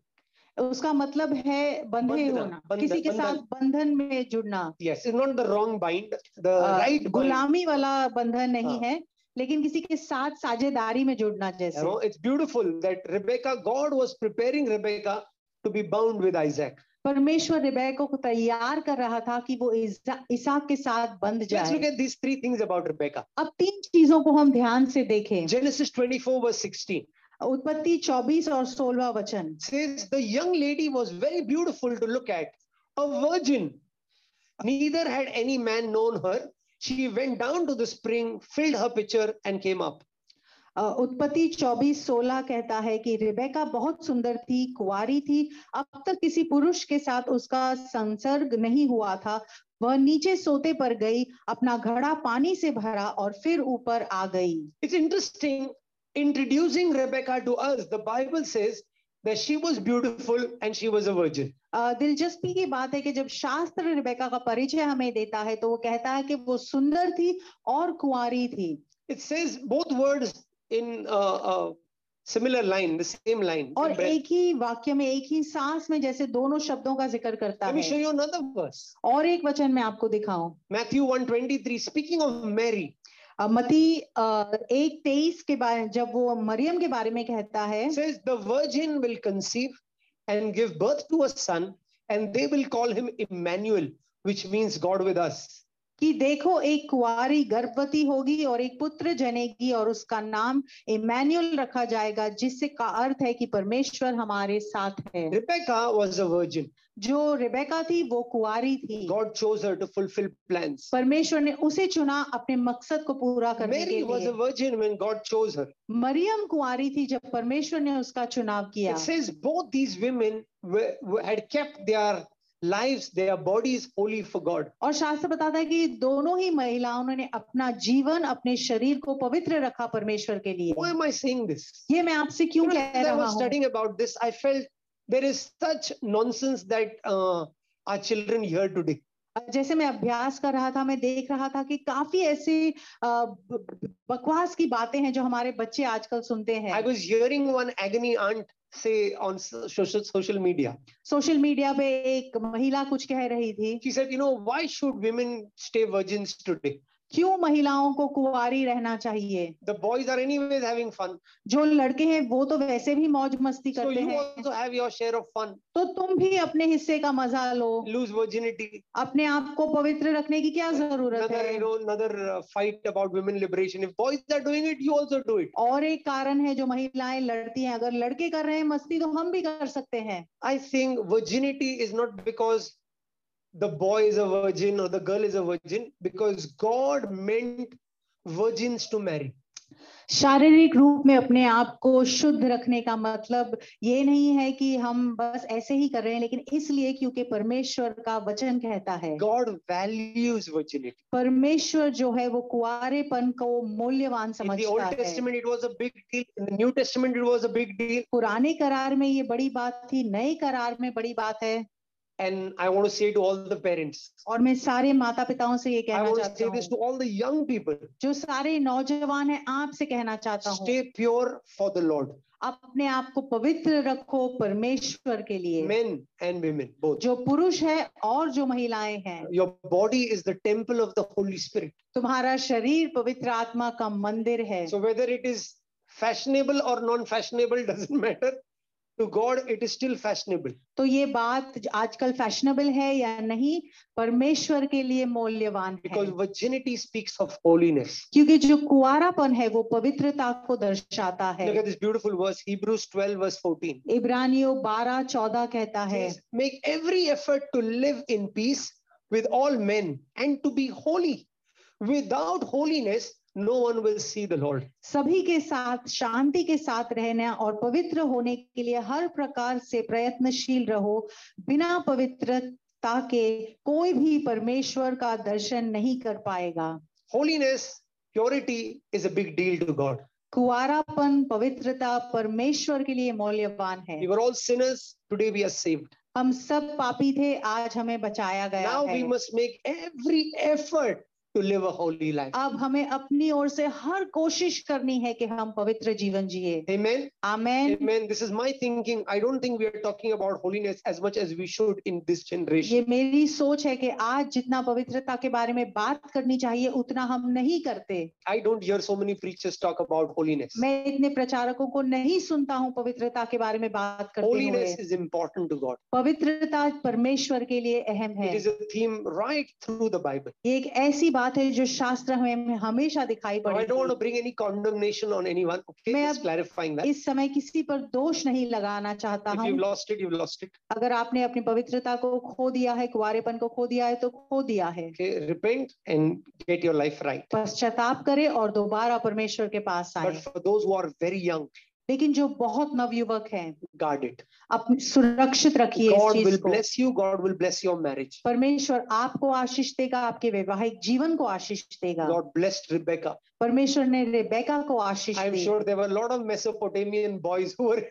Speaker 2: उसका मतलब है बंधे
Speaker 1: बंधना,
Speaker 2: होना
Speaker 1: बंधन,
Speaker 2: किसी के
Speaker 1: बंधन।
Speaker 2: साथ बंधन में जुड़ना
Speaker 1: yes it's not the wrong bind the
Speaker 2: a,
Speaker 1: right bind.
Speaker 2: गुलामी वाला बंधन
Speaker 1: हाँ।
Speaker 2: नहीं है लेकिन किसी के साथ साझेदारी में जुड़ना
Speaker 1: you know
Speaker 2: जैसे
Speaker 1: it's beautiful that rebecca god was preparing rebecca to be bound with isaac
Speaker 2: परमेश्वर रिबेका को तैयार कर रहा था कि वो इसा- इसाक के साथ बंध
Speaker 1: let's look
Speaker 2: जाए
Speaker 1: at these three things about rebecca
Speaker 2: अब तीन चीजों को हम ध्यान से देखें
Speaker 1: Genesis 24, verse 16
Speaker 2: उत्पत्ति 24 और 16 वचन
Speaker 1: says, The young lady was very beautiful to look at, a virgin. Neither had any man known her. She went down to the spring, filled her pitcher, and came up.
Speaker 2: अ, उत्पत्ति 24 16 कहता है कि Rebecca बहुत सुंदर थी कुंवारी थी अब तक किसी पुरुष के साथ उसका संसर्ग नहीं हुआ था वह नीचे सोते पर गई अपना घड़ा पानी से भरा और फिर ऊपर आ गई
Speaker 1: It's interesting, introducing Rebecca to us, the Bible says that she was beautiful and she was a virgin.
Speaker 2: अ, दिलचस्पी की बात है कि जब शास्त्र रिबेका का परिचय हमें देता है तो वो कहता है कि वो सुंदर थी और कुंवारी थी
Speaker 1: It says both words in uh, uh, Similar line, the same line.
Speaker 2: और
Speaker 1: same breath.
Speaker 2: एक ही वाक्य में एक ही सांस में जैसे दोनों शब्दों का जिक्र करता
Speaker 1: Let me show
Speaker 2: है
Speaker 1: you another verse.
Speaker 2: और एक वचन मैं आपको दिखाऊं
Speaker 1: Matthew 123. Speaking of Mary,
Speaker 2: अब मती अ, एक तेईस के बारे जब वो मरियम के बारे में कहता है
Speaker 1: it says, The virgin will conceive and give birth to a son, and they will call him Emmanuel, which means God with us.
Speaker 2: कि देखो एक कुंवारी गर्भवती होगी और एक पुत्र जनेगी और उसका नाम इमैनुअल रखा जाएगा जिससे का अर्थ है कि परमेश्वर हमारे साथ है
Speaker 1: Rebecca was a virgin.
Speaker 2: जो रिबेका थी वो कुंवारी थी
Speaker 1: God chose her to fulfill plans.
Speaker 2: परमेश्वर ने उसे चुना अपने मकसद को पूरा करने के
Speaker 1: Mary was a
Speaker 2: लिए
Speaker 1: virgin when God chose her.
Speaker 2: Maryam कुंवारी थी जब परमेश्वर ने उसका चुनाव किया
Speaker 1: It says both these women were, were- had kept their lives, their bodies holy for God.
Speaker 2: और शास्त्र बताता है कि दोनों ही महिलाओं ने अपना जीवन अपने शरीर को पवित्र रखा परमेश्वर के
Speaker 1: Why
Speaker 2: लिए
Speaker 1: am I saying this?
Speaker 2: ये मैं आपसे क्यों
Speaker 1: You know,
Speaker 2: कह
Speaker 1: as I
Speaker 2: रहा
Speaker 1: was
Speaker 2: हूँ
Speaker 1: studying about this, I felt there is such nonsense that uh, our children hear today.
Speaker 2: जैसे मैं अभ्यास कर रहा था मैं देख रहा था कि काफी ऐसे अ, ब- ब- बकवास की बातें हैं जो हमारे बच्चे आजकल सुनते
Speaker 1: I
Speaker 2: हैं
Speaker 1: was hearing one agony aunt say on so- social social media.
Speaker 2: Social media पे एक महिला कुछ कह रही थी
Speaker 1: She said, "You know, why should women stay virgins today?
Speaker 2: क्यों महिलाओं को कुंवारी रहना चाहिए
Speaker 1: The boys are anyways having fun,
Speaker 2: जो लड़के हैं वो तो वैसे भी मौज मस्ती
Speaker 1: so
Speaker 2: करते
Speaker 1: you
Speaker 2: हैं
Speaker 1: also have your share of fun.
Speaker 2: तो तुम भी अपने हिस्से का मजा लो
Speaker 1: Lose virginity.
Speaker 2: अपने आप को पवित्र रखने की क्या जरूरत
Speaker 1: Another, you
Speaker 2: है
Speaker 1: know, another uh, fight about women liberation. If boys are doing it, you also do it.
Speaker 2: और एक कारण है जो महिलाएं लड़ती हैं अगर लड़के कर रहे हैं मस्ती तो हम भी कर सकते हैं
Speaker 1: I think virginity is not because the boy is a virgin or the girl is a virgin, because God meant virgins to marry.
Speaker 2: शारीरिक रूप में अपने आप को शुद्ध रखने का मतलब ये नहीं है कि हम बस ऐसे ही कर रहे हैं लेकिन इसलिए क्योंकि परमेश्वर का वचन कहता है
Speaker 1: God values virginity.
Speaker 2: परमेश्वर जो है वो कुआरेपन को मूल्यवान
Speaker 1: In the
Speaker 2: समझता
Speaker 1: Old
Speaker 2: है
Speaker 1: Testament, it was a big deal. In the New Testament, it was a big deal.
Speaker 2: पुराने करार में ये बड़ी बात थी नए करार में बड़ी बात है
Speaker 1: And I want to say to all the parents,
Speaker 2: और मैं सारे माता पिताओं से ये
Speaker 1: I
Speaker 2: कहना
Speaker 1: want to
Speaker 2: चाहता
Speaker 1: say this to
Speaker 2: हूँ
Speaker 1: all the young people
Speaker 2: जो सारे नौजवान हैं आपसे कहना चाहता हूँ
Speaker 1: stay pure for the Lord,
Speaker 2: अपने आप को पवित्र रखो परमेश्वर के लिए
Speaker 1: men and women, both.
Speaker 2: जो पुरुष है और जो महिलाएं हैं
Speaker 1: Your body is the temple of the Holy Spirit.
Speaker 2: तुम्हारा शरीर पवित्र आत्मा का मंदिर है
Speaker 1: So whether it is fashionable or non-fashionable doesn't matter. To God, it is still fashionable.
Speaker 2: तो ये बात ज- आजकल फैशनेबल है या नहीं परमेश्वर के लिए मूल्यवान है
Speaker 1: Because virginity speaks of holiness.
Speaker 2: क्योंकि जो कुआरापन है वो पवित्रता को दर्शाता
Speaker 1: Look
Speaker 2: है
Speaker 1: at this beautiful verse, Hebrews 12, verse 14.
Speaker 2: इब्रानियों 12 14 कहता
Speaker 1: It
Speaker 2: है
Speaker 1: says, Make every effort to live in peace with all men and to be holy. Without holiness, no one will see the Lord.
Speaker 2: सभी के साथ शांति के साथ रहना और पवित्र होने के लिए हर प्रकार से प्रयत्नशील रहो बिना पवित्रता के कोई भी परमेश्वर का दर्शन नहीं कर पाएगा
Speaker 1: Holiness, purity is a big deal to God.
Speaker 2: कुआरापन पवित्रता परमेश्वर के लिए मूल्यवान है
Speaker 1: We were all sinners. Today we are saved.
Speaker 2: हम सब पापी थे आज हमें बचाया गया
Speaker 1: Now we
Speaker 2: है
Speaker 1: must make every effort to live a holy life.
Speaker 2: अब हमें अपनी ओर से हर कोशिश करनी है कि हम पवित्र जीवन जिए
Speaker 1: Amen.
Speaker 2: आमेन
Speaker 1: Amen. This is my thinking. I don't think we are talking about holiness as much as we should in this generation.
Speaker 2: ये मेरी सोच है कि आज जितना पवित्रता के बारे में बात करनी चाहिए उतना हम नहीं करते
Speaker 1: I don't hear so many preachers talk about holiness.
Speaker 2: मैं इतने प्रचारकों को नहीं सुनता हूँ पवित्रता के बारे में बात करते हुए
Speaker 1: Holiness is important to God.
Speaker 2: पवित्रता परमेश्वर के लिए अहम है
Speaker 1: It is a theme right through the Bible.
Speaker 2: ये एक ऐसी बात है जो शास्त्र हमें हमेशा दिखाई
Speaker 1: Now, I don't want
Speaker 2: पड़ेगी
Speaker 1: to bring any condemnation on anyone. Okay,
Speaker 2: मैं
Speaker 1: just
Speaker 2: अब-
Speaker 1: clarifying that.
Speaker 2: इस समय किसी पर दोष नहीं लगाना चाहता
Speaker 1: If
Speaker 2: हूँ
Speaker 1: you've lost it, you've lost it.
Speaker 2: अगर आपने अपनी पवित्रता को खो दिया है कुआरेपन को खो दिया है तो खो दिया है
Speaker 1: Okay, repent and get your life right.
Speaker 2: पश्चाताप करें और दोबारा परमेश्वर के पास
Speaker 1: But
Speaker 2: आए
Speaker 1: for those who are very young,
Speaker 2: लेकिन जो बहुत नवयुवक हैं
Speaker 1: guard it.
Speaker 2: अपने सुरक्षित रखिए इस
Speaker 1: God
Speaker 2: चीज
Speaker 1: will
Speaker 2: को
Speaker 1: bless you. God will bless your marriage.
Speaker 2: परमेश्वर आपको आशीष देगा आपके वैवाहिक जीवन को आशीष देगा
Speaker 1: God blessed Rebecca.
Speaker 2: परमेश्वर ने रेबेका को आशीष
Speaker 1: I'm
Speaker 2: दी
Speaker 1: sure there were a lot of Mesopotamian boys who were,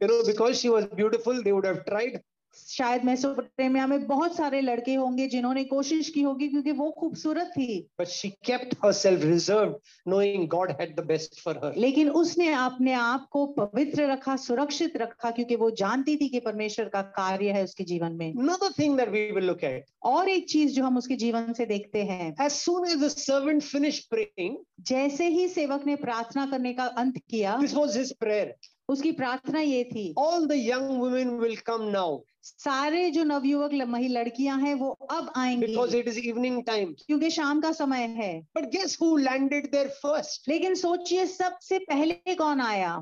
Speaker 1: you know, because she was beautiful, they would have tried.
Speaker 2: शायद मेसोपोटामिया में बहुत सारे लड़के होंगे जिन्होंने कोशिश की होगी क्योंकि वो खूबसूरत थी
Speaker 1: But she kept herself reserved, knowing God had the best for her.
Speaker 2: लेकिन उसने अपने आप को पवित्र रखा सुरक्षित रखा क्योंकि वो जानती थी कि परमेश्वर का कार्य है उसके जीवन में
Speaker 1: Another thing that we will look at
Speaker 2: और एक चीज जो हम उसके जीवन से देखते हैं
Speaker 1: as soon as the servant finished praying,
Speaker 2: जैसे ही सेवक ने प्रार्थना करने का अंत किया
Speaker 1: this was his prayer.
Speaker 2: उसकी प्रार्थना ये थी
Speaker 1: All the young women will come now
Speaker 2: सारे जो नवयुवक ल- मही लड़कियां हैं वो अब आएंगी
Speaker 1: because it is evening time.
Speaker 2: क्योंकि शाम का समय है
Speaker 1: But guess who landed there first?
Speaker 2: लेकिन सोचिए सबसे पहले कौन आया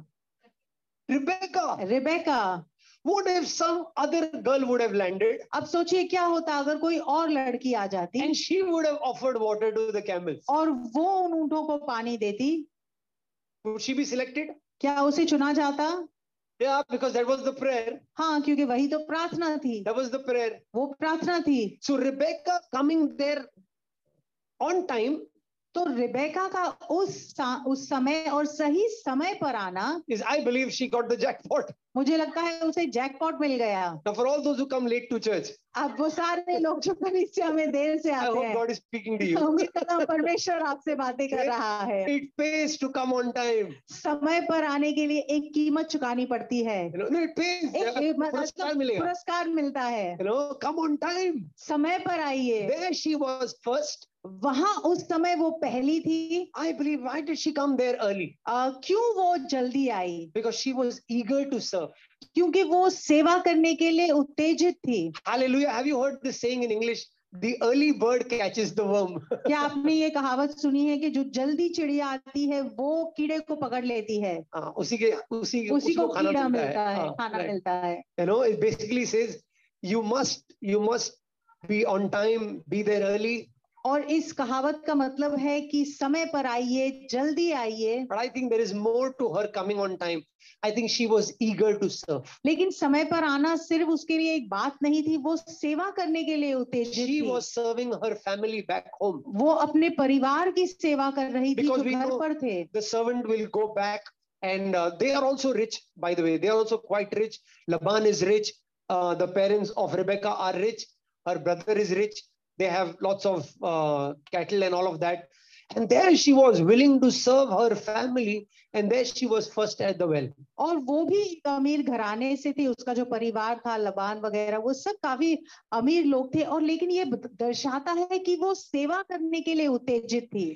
Speaker 1: Rebecca.
Speaker 2: Rebecca
Speaker 1: What if some other girl would have landed
Speaker 2: अब सोचिए क्या होता अगर कोई और लड़की आ जाती
Speaker 1: and she would have offered water to the camels?
Speaker 2: और वो उन ऊँटों को पानी देती
Speaker 1: Would she be selected?
Speaker 2: क्या उसे चुना जाता
Speaker 1: Yeah, because that was the prayer.
Speaker 2: हाँ क्योंकि वही तो प्रार्थना थी
Speaker 1: That was the prayer.
Speaker 2: वो प्रार्थना थी
Speaker 1: So Rebecca coming there on time
Speaker 2: तो रिबेका का उस सा- उस समय और सही समय पर आना
Speaker 1: is, I believe, she got the jackpot.
Speaker 2: मुझे लगता है उसे जैकपॉट मिल गया
Speaker 1: Now, for all those who come late to church,
Speaker 2: अब वो सारे लोग जो कलीसिया में देर से
Speaker 1: I
Speaker 2: आते
Speaker 1: hope
Speaker 2: हैं
Speaker 1: Oh God is speaking to you.
Speaker 2: उम्मीद करता हूं परमेश्वर आपसे बातें कर
Speaker 1: Yes.
Speaker 2: रहा है
Speaker 1: It pays to come on time.
Speaker 2: समय पर आने के लिए एक कीमत चुकानी पड़ती है
Speaker 1: You know, no, it pays.
Speaker 2: एक एक मतलब
Speaker 1: पुरस्कार मिलेगा.
Speaker 2: पुरस्कार मिलता है
Speaker 1: You know, come on time.
Speaker 2: समय पर आइए
Speaker 1: There she was first.
Speaker 2: वहां उस समय वो पहली थी
Speaker 1: I believe, why did she come there early?
Speaker 2: अ, क्यों वो जल्दी आई
Speaker 1: Because she was eager to serve.
Speaker 2: क्योंकि वो सेवा करने के लिए उत्तेजित थी
Speaker 1: Hallelujah. Have you heard this saying in English? The early bird catches the worm.
Speaker 2: क्या आपने ये कहावत सुनी है कि जो जल्दी चिड़िया आती है वो कीड़े को पकड़ लेती है
Speaker 1: हाँ, Ah, उसी के उसी
Speaker 2: उसी
Speaker 1: उसको
Speaker 2: को
Speaker 1: खाना
Speaker 2: कीड़ा
Speaker 1: मिलता है.
Speaker 2: मिलता है
Speaker 1: हाँ,
Speaker 2: खाना
Speaker 1: right.
Speaker 2: मिलता है
Speaker 1: you know it basically says you must you must be on time be there early
Speaker 2: और इस कहावत का मतलब है कि समय पर आइए जल्दी आइए
Speaker 1: but i think there is more to her coming on time i think she was eager to serve
Speaker 2: लेकिन समय पर आना सिर्फ उसके लिए एक बात नहीं थी वो सेवा करने के लिए उत्तेजित
Speaker 1: she
Speaker 2: थी
Speaker 1: was serving her family back home
Speaker 2: वो अपने परिवार की सेवा कर रही थी
Speaker 1: Because
Speaker 2: जो
Speaker 1: we
Speaker 2: घर
Speaker 1: know-
Speaker 2: पर थे
Speaker 1: the servant will go back and uh, they are also rich by the way they are also quite rich laban is rich uh, the parents of rebecca are rich her brother is rich they have lots of uh, cattle and all of that and there she was willing to serve her family and there she was first at the well
Speaker 2: और वो भी एक अमीर घराने से थे उसका जो परिवार था लबान वगैरह वो सब काफी अमीर लोग थे और लेकिन ये बत- दर्शाता है कि वो सेवा करने के लिए उत्तेजित थी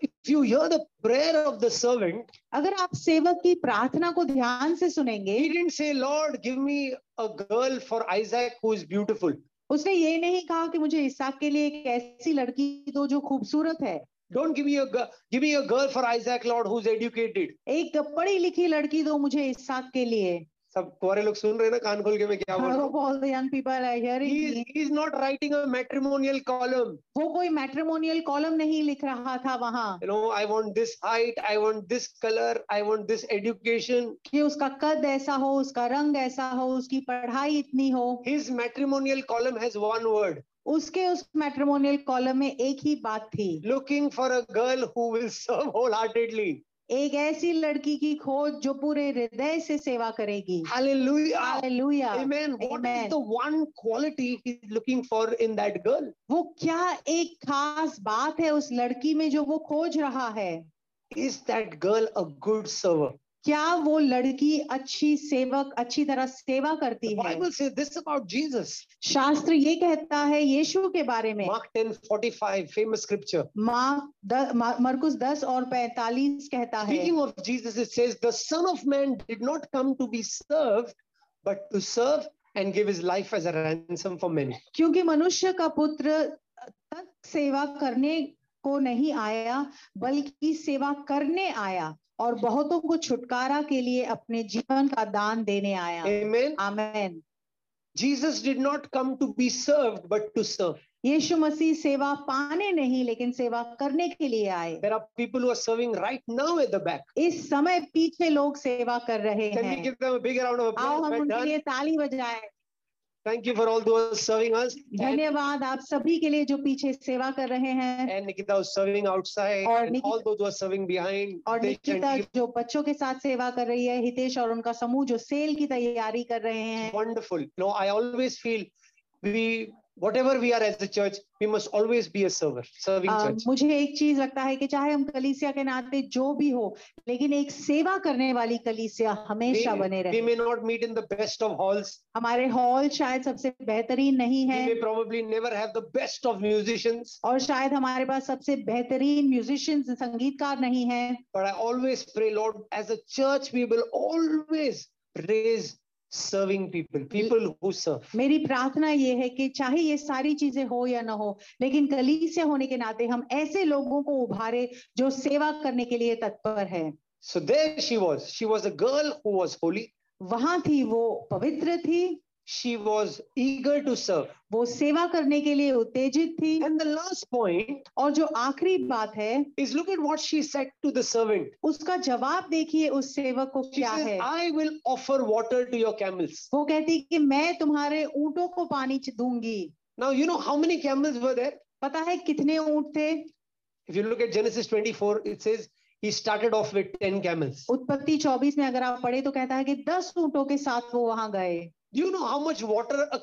Speaker 1: if you hear the prayer of the servant,
Speaker 2: अगर आप सेवक की प्रार्थना को ध्यान से सुनेंगे
Speaker 1: he didn't say, Lord, give me a girl for Isaac who is beautiful.
Speaker 2: उसने ये नहीं कहा कि मुझे इसहाक के लिए एक ऐसी लड़की दो जो खूबसूरत है
Speaker 1: Don't give me a girl, give me a girl for Isaac, Lord, who's educated.
Speaker 2: एक पढ़ी लिखी लड़की दो मुझे इसहाक के लिए
Speaker 1: सब कुआरे लोग सुन रहे हैं ना कान खोल के मैं क्या बोल रहा हूँ
Speaker 2: all the young people I
Speaker 1: He
Speaker 2: hearing
Speaker 1: is- he is not writing a matrimonial column.
Speaker 2: वो कोई मैट्रिमोनियल कॉलम नहीं लिख रहा था वहां
Speaker 1: You know, I want this height, I want this color, I want this education.
Speaker 2: कि उसका कद ऐसा हो उसका रंग ऐसा हो उसकी पढ़ाई इतनी हो
Speaker 1: His matrimonial column has one word
Speaker 2: उसके उस मैट्रिमोनियल कॉलम में एक ही बात थी
Speaker 1: looking for a girl who will serve wholeheartedly.
Speaker 2: एक ऐसी लड़की की खोज जो पूरे हृदय से सेवा करेगी
Speaker 1: Hallelujah.
Speaker 2: Hallelujah
Speaker 1: Amen. What is
Speaker 2: Amen.
Speaker 1: the one quality he's looking for in that girl?
Speaker 2: वो क्या एक खास बात है उस लड़की में जो वो खोज रहा है
Speaker 1: Is that girl a good server?
Speaker 2: क्या वो लड़की अच्छी सेवक अच्छी तरह सेवा
Speaker 1: The
Speaker 2: करती है
Speaker 1: Bible says this about Jesus.
Speaker 2: शास्त्र ये कहता है यीशु के बारे में
Speaker 1: Mark 10 45, famous scripture.
Speaker 2: माँ द- मा- मरकुस दस और पैतालीस कहता है
Speaker 1: Speaking of Jesus, it says, The Son of Man did not come to be served, but to serve and give his life as a ransom for many.
Speaker 2: क्योंकि मनुष्य का पुत्र तक सेवा करने को नहीं आया बल्कि सेवा करने आया और बहुतों को छुटकारा के लिए अपने जीवन का दान देने आया
Speaker 1: Amen.
Speaker 2: आमेन
Speaker 1: Jesus did not come to be served, but to serve.
Speaker 2: यीशु मसीह सेवा पाने नहीं लेकिन सेवा करने के लिए आए
Speaker 1: There are people who are serving right now at the back.
Speaker 2: इस समय पीछे लोग सेवा कर रहे
Speaker 1: Can we
Speaker 2: हैं
Speaker 1: give them a big round of
Speaker 2: आओ
Speaker 1: applause?
Speaker 2: हम
Speaker 1: Well
Speaker 2: उनके
Speaker 1: done.
Speaker 2: लिए ताली बजाएं
Speaker 1: Thank you for all those serving us. And,
Speaker 2: धन्यवाद आप सभी के लिए जो पीछे सेवा कर रहे हैं
Speaker 1: and Nikita was serving outside,
Speaker 2: और
Speaker 1: and all those who are serving behind.
Speaker 2: और
Speaker 1: they can
Speaker 2: निकिता
Speaker 1: give
Speaker 2: जो बच्चों के साथ सेवा कर रही है हितेश और उनका समूह जो सेल की तैयारी कर रहे हैं
Speaker 1: wonderful. No, I always feel we, whatever we are as a church, we must always be a server, serving
Speaker 2: a,
Speaker 1: church.
Speaker 2: मुझे एक चीज लगता है कि चाहे हम कलीसिया के नाते जो भी हो लेकिन एक सेवा करने वाली कलीसिया
Speaker 1: We,
Speaker 2: हमेशा बने
Speaker 1: we
Speaker 2: रहे
Speaker 1: may not meet in the best of halls.
Speaker 2: हमारे हॉल शायद सबसे बेहतरीन नहीं
Speaker 1: We
Speaker 2: है
Speaker 1: may probably never have the best of musicians,
Speaker 2: और शायद हमारे पास सबसे बेहतरीन म्यूजिशियंस संगीतकार नहीं है
Speaker 1: but I always pray, Lord, as a church, we will always raise serving people, people who serve.
Speaker 2: मेरी प्रार्थना ये है कि चाहे ये सारी चीजें हो या ना हो लेकिन कलीसिया होने के नाते हम ऐसे लोगों को उभारे जो सेवा करने के लिए तत्पर है
Speaker 1: So there she was. She was a girl who was holy.
Speaker 2: वहां थी वो पवित्र थी
Speaker 1: She was eager to serve.
Speaker 2: वो सेवा करने के लिए उत्तेजित थी
Speaker 1: And the last point
Speaker 2: और जो आखिरी बात है
Speaker 1: is look at what she said to the servant.
Speaker 2: उसका जवाब देखिए उस सेवक को
Speaker 1: She
Speaker 2: क्या
Speaker 1: says,
Speaker 2: है
Speaker 1: I will offer water to your camels.
Speaker 2: वो कहती कि मैं तुम्हारे ऊँटों को पानी च- दूंगी
Speaker 1: Now, you know how many camels were there?
Speaker 2: पता है कितने ऊँट थे
Speaker 1: If you look at Genesis 24, it says he started off with 10 camels.
Speaker 2: उत्पत्ति 24 में अगर आप पढ़े तो कहता है कि 10 ऊँटों के साथ वो वहां गए
Speaker 1: Do you know how much water a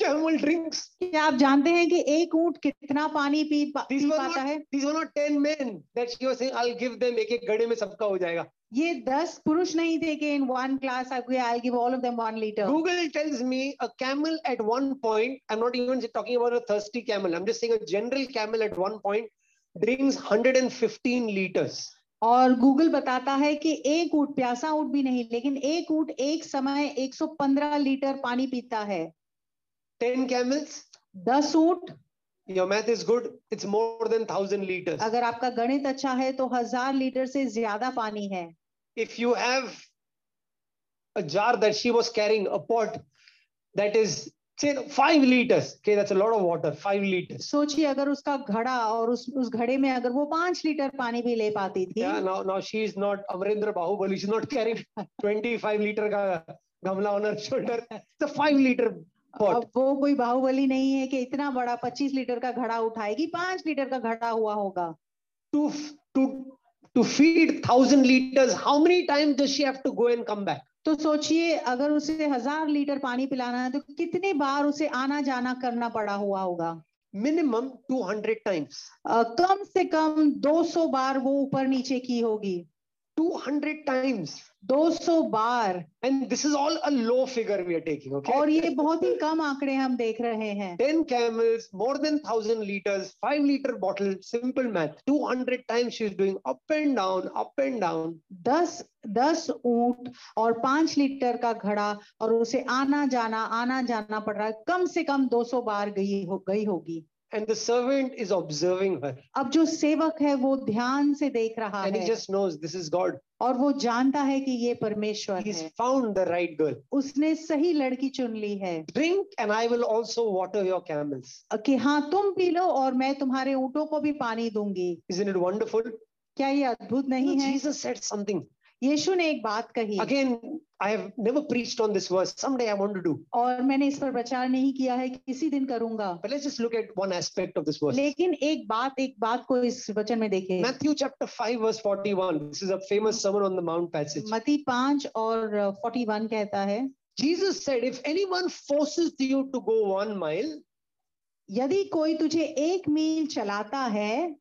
Speaker 1: camel drinks?
Speaker 2: क्या आप जानते हैं कि एक ऊँट कितना पानी पी, पा,
Speaker 1: These
Speaker 2: पी
Speaker 1: were
Speaker 2: पाता है
Speaker 1: These were not 10 men that she was saying, I'll give them, ek ek gade mein sabka ho jayega.
Speaker 2: ये 10 पुरुष नहीं थे कि in one glass I give all of them one litre
Speaker 1: Google tells me a camel at one point, I'm not even talking about a thirsty camel, I'm just saying a general camel at one point drinks 115 liters.
Speaker 2: और Google बताता है कि एक ऊँट प्यासा ऊँट भी नहीं लेकिन एक ऊँट एक समय 115 लीटर पानी पीता है
Speaker 1: 10 camels,
Speaker 2: 10 ऊँट
Speaker 1: your math is good, it's more than 1000 liters.
Speaker 2: अगर आपका गणित अच्छा है तो हजार लीटर से ज्यादा पानी है
Speaker 1: if you have a jar that she was carrying, a pot that is say five liters, okay, that's a lot of water, five liters.
Speaker 2: सोचिए अगर उसका घड़ा और उस उस घड़े में अगर वो पांच लीटर पानी भी ले पाती थी
Speaker 1: Yeah, now now she is not Amrendra Bahubali, she's not carrying 25 liter ka gamla on her shoulder. It's a five liter pot.
Speaker 2: अब वो कोई बाहुबली नहीं है कि इतना बड़ा पच्चीस लीटर का घड़ा उठाएगी पांच लीटर का घड़ा हुआ होगा
Speaker 1: To f- to to feed thousand liters, how many times does she have to go and come back?
Speaker 2: तो सोचिए अगर उसे हजार लीटर पानी पिलाना है तो कितने बार उसे आना जाना करना पड़ा हुआ होगा
Speaker 1: Minimum 200 times.
Speaker 2: अ, कम से कम 200 बार वो ऊपर नीचे की होगी
Speaker 1: 200 times.
Speaker 2: 200 बार
Speaker 1: And this is all a low figure we are taking, okay?
Speaker 2: और ये बहुत ही कम आंकड़े हम देख रहे हैं
Speaker 1: 10 camels, more than 1000 liters, 5 liter bottle, simple math, 200 times she's doing up and down, up and down.
Speaker 2: दस दस ऊंट और पांच लीटर का घड़ा और उसे आना जाना आना जाना पड़ रहा है कम से कम 200 बार गई हो गई होगी
Speaker 1: And the servant is observing her
Speaker 2: अब जो सेवक है वो ध्यान से देख रहा
Speaker 1: and he
Speaker 2: है
Speaker 1: just knows this is God.
Speaker 2: और वो जानता है कि ये परमेश्वर
Speaker 1: He's
Speaker 2: है
Speaker 1: found the right girl.
Speaker 2: उसने सही लड़की चुन ली है
Speaker 1: Drink and I will also water your camels.
Speaker 2: कि हाँ तुम पी लो और मैं तुम्हारे ऊँटों को भी पानी दूंगी
Speaker 1: Isn't it wonderful?
Speaker 2: क्या ये अद्भुत
Speaker 1: You know,
Speaker 2: नहीं है
Speaker 1: Jesus said something.
Speaker 2: यीशु ने एक बात कही
Speaker 1: Again, I have never preached on this verse. Someday I want to do.
Speaker 2: और मैंने इस पर प्रचार नहीं किया है किसी दिन करूंगा
Speaker 1: But let's just look at one aspect of this verse.
Speaker 2: लेकिन एक बात एक बात को इस वचन में देखें
Speaker 1: Matthew chapter 5, verse 41. This is a famous Sermon on the Mount passage.
Speaker 2: मती पांच और फोर्टी वन कहता है
Speaker 1: Jesus said, if anyone forces you to go one mile,
Speaker 2: यदि कोई तुझे एक मील चलाता है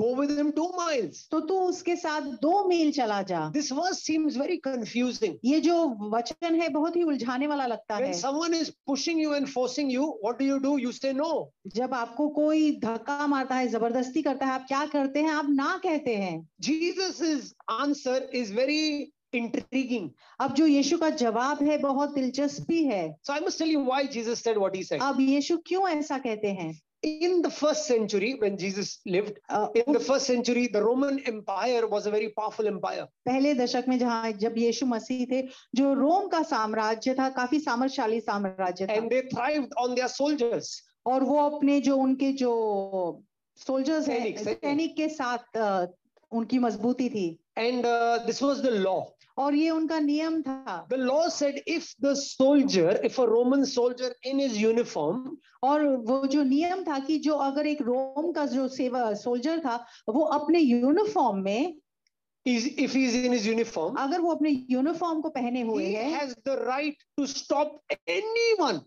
Speaker 1: go with him two miles.
Speaker 2: तो तू उसके साथ दो मील चला जा
Speaker 1: This verse seems very confusing.
Speaker 2: ये जो वचन है बहुत ही उलझाने वाला लगता है
Speaker 1: When someone is pushing you and forcing you, what do you do? You say no.
Speaker 2: जब आपको कोई धक्का मारता है जबरदस्ती करता है आप क्या करते हैं आप ना कहते हैं
Speaker 1: Jesus' answer is very intriguing.
Speaker 2: अब जो यीशु का जवाब है बहुत दिलचस्पी है
Speaker 1: So I must tell you why Jesus said what he said.
Speaker 2: अब यीशु क्यों ऐसा कहते हैं
Speaker 1: In the first century, when Jesus lived,
Speaker 2: a,
Speaker 1: in the
Speaker 2: उस
Speaker 1: first century, the Roman Empire was a very powerful empire.
Speaker 2: पहले दशक में जहाँ जब यीशु मसीह थे जो रोम का साम्राज्य था काफी सामर्थशाली साम्राज्य था
Speaker 1: And they thrived on their soldiers.
Speaker 2: और वो अपने जो उनके जो सोल्जर्स हैं
Speaker 1: सैनिक, सैनिक।
Speaker 2: सैनिक के साथ अ, उनकी मजबूती थी
Speaker 1: And uh, this was the law.
Speaker 2: और ये उनका नियम था
Speaker 1: The law said if the soldier, if a Roman soldier in his uniform
Speaker 2: और वो जो नियम था कि जो अगर एक रोम का जो सेवा सोल्जर था वो अपने यूनिफॉर्म में
Speaker 1: is if he is in his uniform,
Speaker 2: अगर वो अपने यूनिफॉर्म को पहने हुए
Speaker 1: he
Speaker 2: है
Speaker 1: has the right to stop anyone.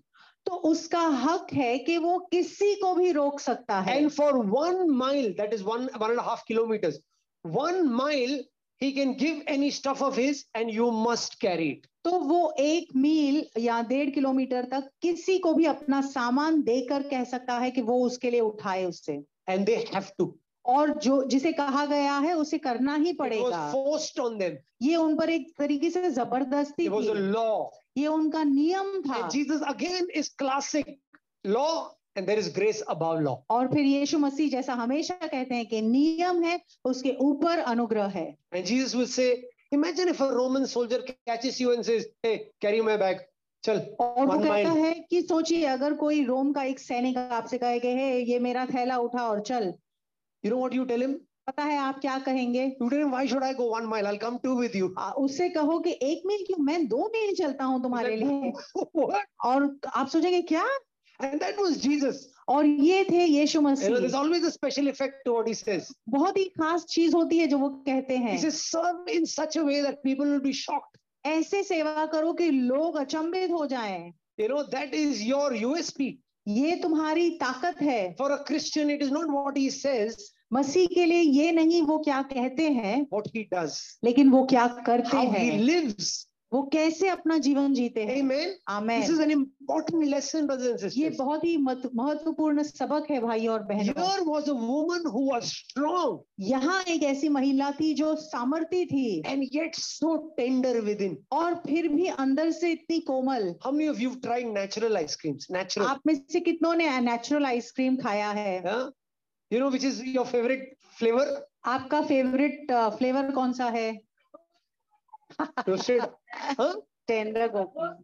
Speaker 2: तो उसका हक है कि वो किसी को भी रोक सकता है
Speaker 1: And for one mile, that is one one and a half kilometers, one mile he can give any stuff of his, and you must carry it.
Speaker 2: तो वो एक मील या डेढ़ किलोमीटर तक किसी को भी अपना सामान देकर कह सकता है कि वो उसके लिए उठाए उससे
Speaker 1: And they have to.
Speaker 2: और जो जिसे कहा गया है उसे करना ही
Speaker 1: It was
Speaker 2: पड़ेगा
Speaker 1: forced on them.
Speaker 2: ये उन पर एक तरीके से जबरदस्ती
Speaker 1: It was a
Speaker 2: थी
Speaker 1: law.
Speaker 2: ये उनका नियम था
Speaker 1: And Jesus again is classic law, and there is grace above law.
Speaker 2: और फिर यीशु मसीह जैसा हमेशा कहते हैं कि नियम है उसके ऊपर अनुग्रह है
Speaker 1: And Jesus will say, Imagine if a Roman soldier catches you and says, Hey, carry my bag. Chal,
Speaker 2: और वो
Speaker 1: one
Speaker 2: कहता
Speaker 1: mile.
Speaker 2: है कि सोचिए अगर कोई रोम का एक सैनिक आपसे कहे कि हे ये मेरा थैला उठा और चल
Speaker 1: You know what you tell him?
Speaker 2: पता है आप क्या कहेंगे
Speaker 1: You tell him, Why should I go one mile? I'll come too with you.
Speaker 2: आ, उससे कहो कि एक मील क्यों मैं दो मील चलता हूँ तुम्हारे लिए
Speaker 1: What?
Speaker 2: और आप सोचेंगे क्या
Speaker 1: And that was Jesus.
Speaker 2: और ये थे यीशु
Speaker 1: You know, there's
Speaker 2: Masih
Speaker 1: always a special effect to what he says.
Speaker 2: बहुत ही खास चीज होती है जो वो कहते
Speaker 1: He
Speaker 2: हैं
Speaker 1: says, serve in such a way that people will be shocked.
Speaker 2: ऐसे सेवा करो कि लोग अचंभित हो जाएं
Speaker 1: You know, that is your USP.
Speaker 2: ये तुम्हारी ताकत है
Speaker 1: For a Christian, it is not what he says,
Speaker 2: मसीह के लिए ये नहीं वो क्या कहते हैं
Speaker 1: what he does,
Speaker 2: लेकिन वो क्या करते
Speaker 1: how he
Speaker 2: हैं
Speaker 1: lives.
Speaker 2: वो कैसे अपना जीवन जीते हैं
Speaker 1: Amen. This
Speaker 2: amen
Speaker 1: is an important lesson, brothers and
Speaker 2: ये
Speaker 1: sisters.
Speaker 2: बहुत ही मत- महत्वपूर्ण सबक है भाई और बहनों
Speaker 1: Here was a woman who was strong
Speaker 2: यहाँ एक ऐसी महिला थी जो सामर्थी थी
Speaker 1: and yet so tender within.
Speaker 2: और फिर भी अंदर से इतनी कोमल
Speaker 1: How many of you have tried natural ice creams? Natural.
Speaker 2: आप में से कितनों ने नेचुरल आइसक्रीम खाया है
Speaker 1: huh? You know, which is your favorite flavor?
Speaker 2: आपका फेवरेट फ्लेवर कौन सा है
Speaker 1: Roasted. huh?
Speaker 2: Tender coconut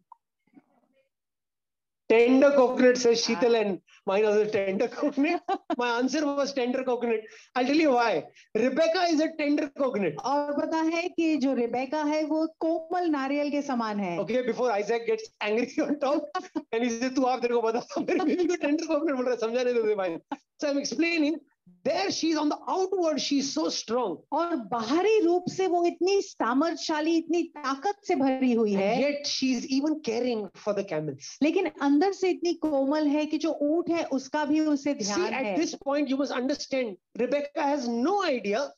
Speaker 1: Tender coconut says Sheetal and mine was a tender coconut. My answer was tender coconut. I'll tell you why. Rebecca is a tender coconut.
Speaker 2: और पता है कि जो Rebecca है वो कोमल नारियल के समान है
Speaker 1: Okay, before Isaac gets angry on top and he says, तू आप तेरे को बता मेरे बीवी को tender coconut बोल रहा है समझाने दे दे भाई. So I'm explaining. There she is on the outward. She is so strong.
Speaker 2: और बाहरी रूप से वो इतनी सामर्थशाली इतनी ताकत से भरी हुई
Speaker 1: And
Speaker 2: है
Speaker 1: yet she is even caring for the camels.
Speaker 2: लेकिन अंदर से इतनी कोमल है कि जो ऊंट है उसका भी उसे
Speaker 1: See,
Speaker 2: ध्यान है
Speaker 1: at this point, you must understand Rebecca has no idea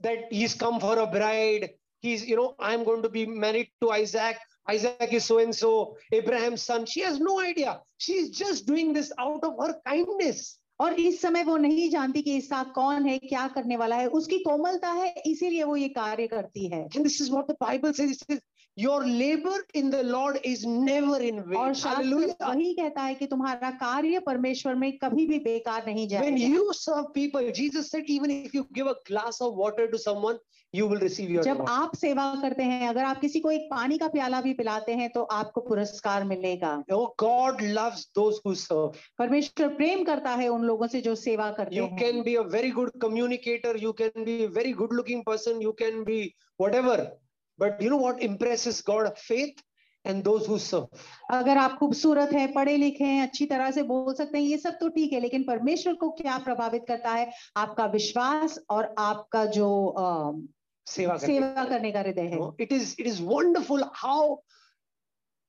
Speaker 1: that he's come for a bride. He's, you know, I'm going to be married to Isaac. Isaac is so and so, Abraham's son. She has no idea. She's just doing this out of her kindness.
Speaker 2: और इस समय वो नहीं जानती कि ईसा कौन है क्या करने वाला है उसकी कोमलता है इसीलिए वो ये कार्य करती है
Speaker 1: And this is what the Bible says. It says, Your labor in the Lord is never in
Speaker 2: और
Speaker 1: vain.
Speaker 2: शास्त्र
Speaker 1: Hallelujah.
Speaker 2: वही कहता है कि तुम्हारा कार्य परमेश्वर में कभी भी बेकार नहीं
Speaker 1: When
Speaker 2: जाएगा
Speaker 1: you serve people, Jesus said, even if you give a glass of water to someone, you will receive your
Speaker 2: जब
Speaker 1: reward.
Speaker 2: आप सेवा करते हैं अगर आप किसी को एक पानी का प्याला भी पिलाते हैं तो आपको पुरस्कार मिलेगा
Speaker 1: Oh, God loves those who serve.
Speaker 2: परमेश्वर प्रेम करता है उन लोगों से जो सेवा करते
Speaker 1: you
Speaker 2: हैं
Speaker 1: can be a very good communicator you can be a very good looking person you can be whatever but you know what impresses god faith and those who serve
Speaker 2: अगर आप खूबसूरत हैं पढ़े लिखे हैं अच्छी तरह से बोल सकते हैं ये सब तो ठीक है लेकिन परमेश्वर को क्या प्रभावित करता है आपका विश्वास और आपका जो अम,
Speaker 1: seva karne.
Speaker 2: सेवा करने का हृदय
Speaker 1: You
Speaker 2: है
Speaker 1: know, it is it is wonderful how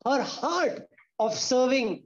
Speaker 1: her heart of serving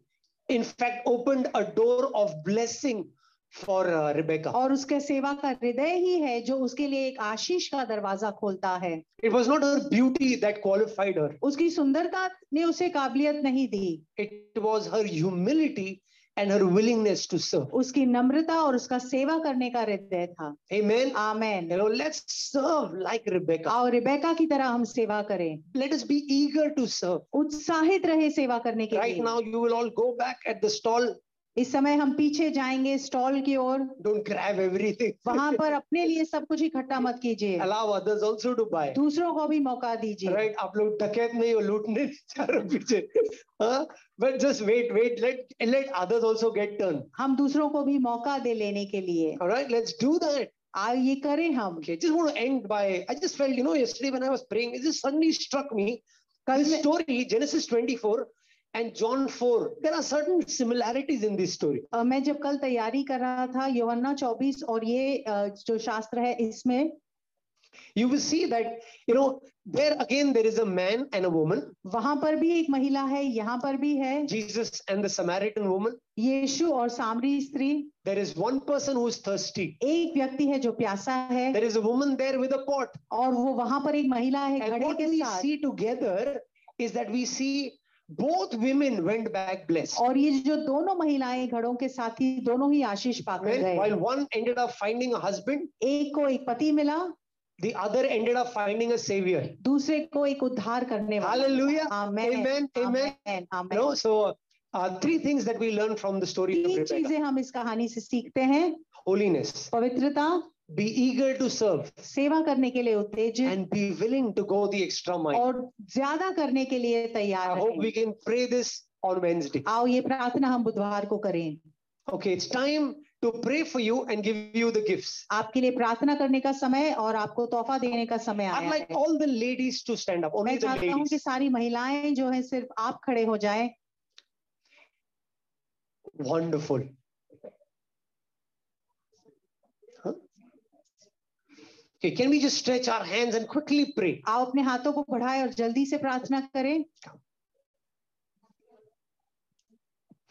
Speaker 1: in fact opened a door of blessing for uh, rebecca
Speaker 2: और उसके सेवा का हृदय ही है जो उसके लिए एक आशीष का दरवाजा खोलता है
Speaker 1: it was not her beauty that qualified her
Speaker 2: उसकी सुंदरता ने उसे काबिलियत नहीं दी
Speaker 1: it was her humility and her willingness to serve
Speaker 2: उसकी नम्रता और उसका सेवा करने का हृदय था
Speaker 1: amen
Speaker 2: amen
Speaker 1: you know let's serve like rebecca
Speaker 2: और रिबेका की तरह हम सेवा करें
Speaker 1: let us be eager to serve.
Speaker 2: उत्साहित रहे सेवा करने के
Speaker 1: Right
Speaker 2: लिए
Speaker 1: now, you will all go back at the stall.
Speaker 2: इस समय हम पीछे जाएंगे स्टॉल की ओर
Speaker 1: Don't grab everything.
Speaker 2: वहां पर अपने लिए सब कुछ इकट्ठा मत कीजिए
Speaker 1: Allow others also to buy.
Speaker 2: दूसरों को भी मौका दीजिए
Speaker 1: Right? आप लोग डकैत नहीं हो लूटने नहीं जा रहे हो पीछे हाँ? but just wait wait let let others also get turned
Speaker 2: हम दूसरों को भी मौका दे लेने के लिए
Speaker 1: all right let's do that
Speaker 2: आ ये करें हम
Speaker 1: Okay, just want to end by I just felt, you know, yesterday when I was praying, it just suddenly struck me
Speaker 2: कल
Speaker 1: this
Speaker 2: मैं-
Speaker 1: story, Genesis 24 and John 4. There are certain similarities in this story.
Speaker 2: अ, मैं जब कल तैयारी कर रहा था योहन्ना 24 और ये अ, जो शास्त्र है इसमें
Speaker 1: You will see that, you know, there again there is a man and a woman,
Speaker 2: वहां पर भी एक महिला है यहाँ पर भी है
Speaker 1: Jesus and the Samaritan woman.
Speaker 2: यीशु और सामरी स्त्री
Speaker 1: There is one person who is thirsty.
Speaker 2: एक व्यक्ति है जो प्यासा है
Speaker 1: There is a woman there with a pot.
Speaker 2: और वो वहां पर एक महिला है
Speaker 1: And
Speaker 2: घड़े
Speaker 1: what
Speaker 2: के
Speaker 1: we
Speaker 2: साथ
Speaker 1: see together is that we see both women went back blessed.
Speaker 2: और ये जो दोनों महिलाएं घड़ों के साथ ही दोनों ही आशीष पाकर
Speaker 1: When,
Speaker 2: गए
Speaker 1: while one ended up finding a husband,
Speaker 2: एक को एक पति मिला
Speaker 1: the other ended up finding a savior.
Speaker 2: दूसरे को एक उद्धार करने वाला
Speaker 1: Hallelujah.
Speaker 2: आमेन
Speaker 1: Amen. Amen. You
Speaker 2: आमेन आमेन
Speaker 1: know, so uh, three things that we learn from the story of
Speaker 2: तीन
Speaker 1: Rebecca.
Speaker 2: चीजें हम इस कहानी से सीखते हैं
Speaker 1: Holiness,
Speaker 2: पवित्रता
Speaker 1: be eager to serve
Speaker 2: सेवा करने के लिए उत्तेजित
Speaker 1: and be willing to go the extra mile.
Speaker 2: और ज्यादा करने के लिए
Speaker 1: I
Speaker 2: तैयार
Speaker 1: hope
Speaker 2: रहें।
Speaker 1: we can pray this on Wednesday.
Speaker 2: आओ ये प्रार्थना हम बुधवार को करें
Speaker 1: Okay, it's time to pray for you and give you the gifts.
Speaker 2: आपके लिए प्रार्थना करने का समय और आपको तोहफा देने का समय
Speaker 1: I'd
Speaker 2: आया
Speaker 1: like
Speaker 2: है।
Speaker 1: all the ladies to stand up, only
Speaker 2: मैं
Speaker 1: the
Speaker 2: चाहता हूँ कि
Speaker 1: ladies.
Speaker 2: सारी महिलाएं जो है सिर्फ आप खड़े हो जाएं
Speaker 1: Wonderful. Huh? Okay, can we just stretch our hands and quickly pray?
Speaker 2: आओ अपने हाथों को बढ़ाएं और जल्दी से प्रार्थना करें
Speaker 1: हम्म।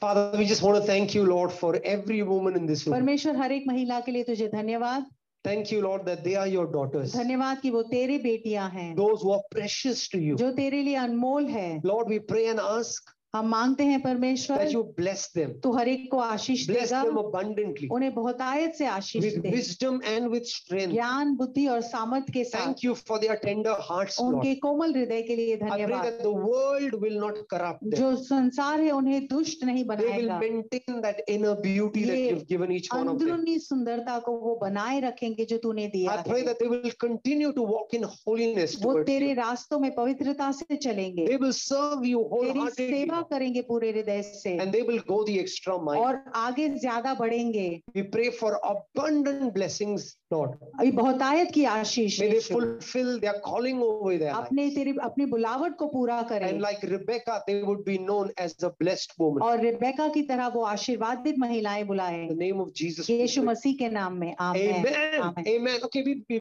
Speaker 1: Father, we just want to thank you, Lord, for every woman in this room.
Speaker 2: परमेश्वर हर एक महिला के लिए तुझे धन्यवाद
Speaker 1: Thank you, Lord, that they are your daughters,
Speaker 2: धन्यवाद कि वो तेरे बेटियां हैं
Speaker 1: those who are precious to you.
Speaker 2: जो तेरे लिए अनमोल है
Speaker 1: Lord, we pray and ask
Speaker 2: हम मांगते
Speaker 1: that
Speaker 2: हैं परमेश्वर
Speaker 1: you bless them,
Speaker 2: तू हर एक को आशीष
Speaker 1: bless
Speaker 2: देगा
Speaker 1: them abundantly
Speaker 2: उन्हें बहुतायत से आशीष
Speaker 1: with
Speaker 2: they
Speaker 1: wisdom and with strength.
Speaker 2: ज्ञान बुद्धि और सामर्थ्य के साथ
Speaker 1: Thank you for their tender hearts, Lord.
Speaker 2: उनके कोमल हृदय के लिए
Speaker 1: I pray
Speaker 2: धन्यवाद
Speaker 1: that the world will not corrupt them.
Speaker 2: जो संसार है उन्हें दुष्ट नहीं
Speaker 1: They will
Speaker 2: बनाएगा
Speaker 1: maintain that inner beauty that
Speaker 2: ये
Speaker 1: you've given each one of them.
Speaker 2: अंदरूनी सुंदरता को वो बनाए रखेंगे जो तूने दिया
Speaker 1: I pray
Speaker 2: है
Speaker 1: that they will continue to walk in holiness
Speaker 2: वो
Speaker 1: towards you.
Speaker 2: तेरे रास्तों में पवित्रता से चलेंगे
Speaker 1: They will serve you
Speaker 2: तेरी
Speaker 1: wholeheartedly
Speaker 2: सेवा करेंगे पूरे हृदय से
Speaker 1: and they will go the extra mile.
Speaker 2: और आगे ज्यादा बढ़ेंगे
Speaker 1: We pray for abundant blessings, Lord.
Speaker 2: अभी बहुतायत की आशीष
Speaker 1: May they
Speaker 2: Yeshu.
Speaker 1: fulfill their calling over their life.
Speaker 2: अपने तेरी अपनी बुलावट को पूरा करें
Speaker 1: And like Rebecca, they would be known as a blessed woman.
Speaker 2: और रिबेका की तरह वो आशीर्वादित महिलाएं बुलाएं
Speaker 1: In the name of Jesus. we
Speaker 2: Yeshu
Speaker 1: pray.
Speaker 2: मसीह के नाम में आमीन
Speaker 1: Amen.
Speaker 2: Amen.
Speaker 1: Amen. Okay, we, we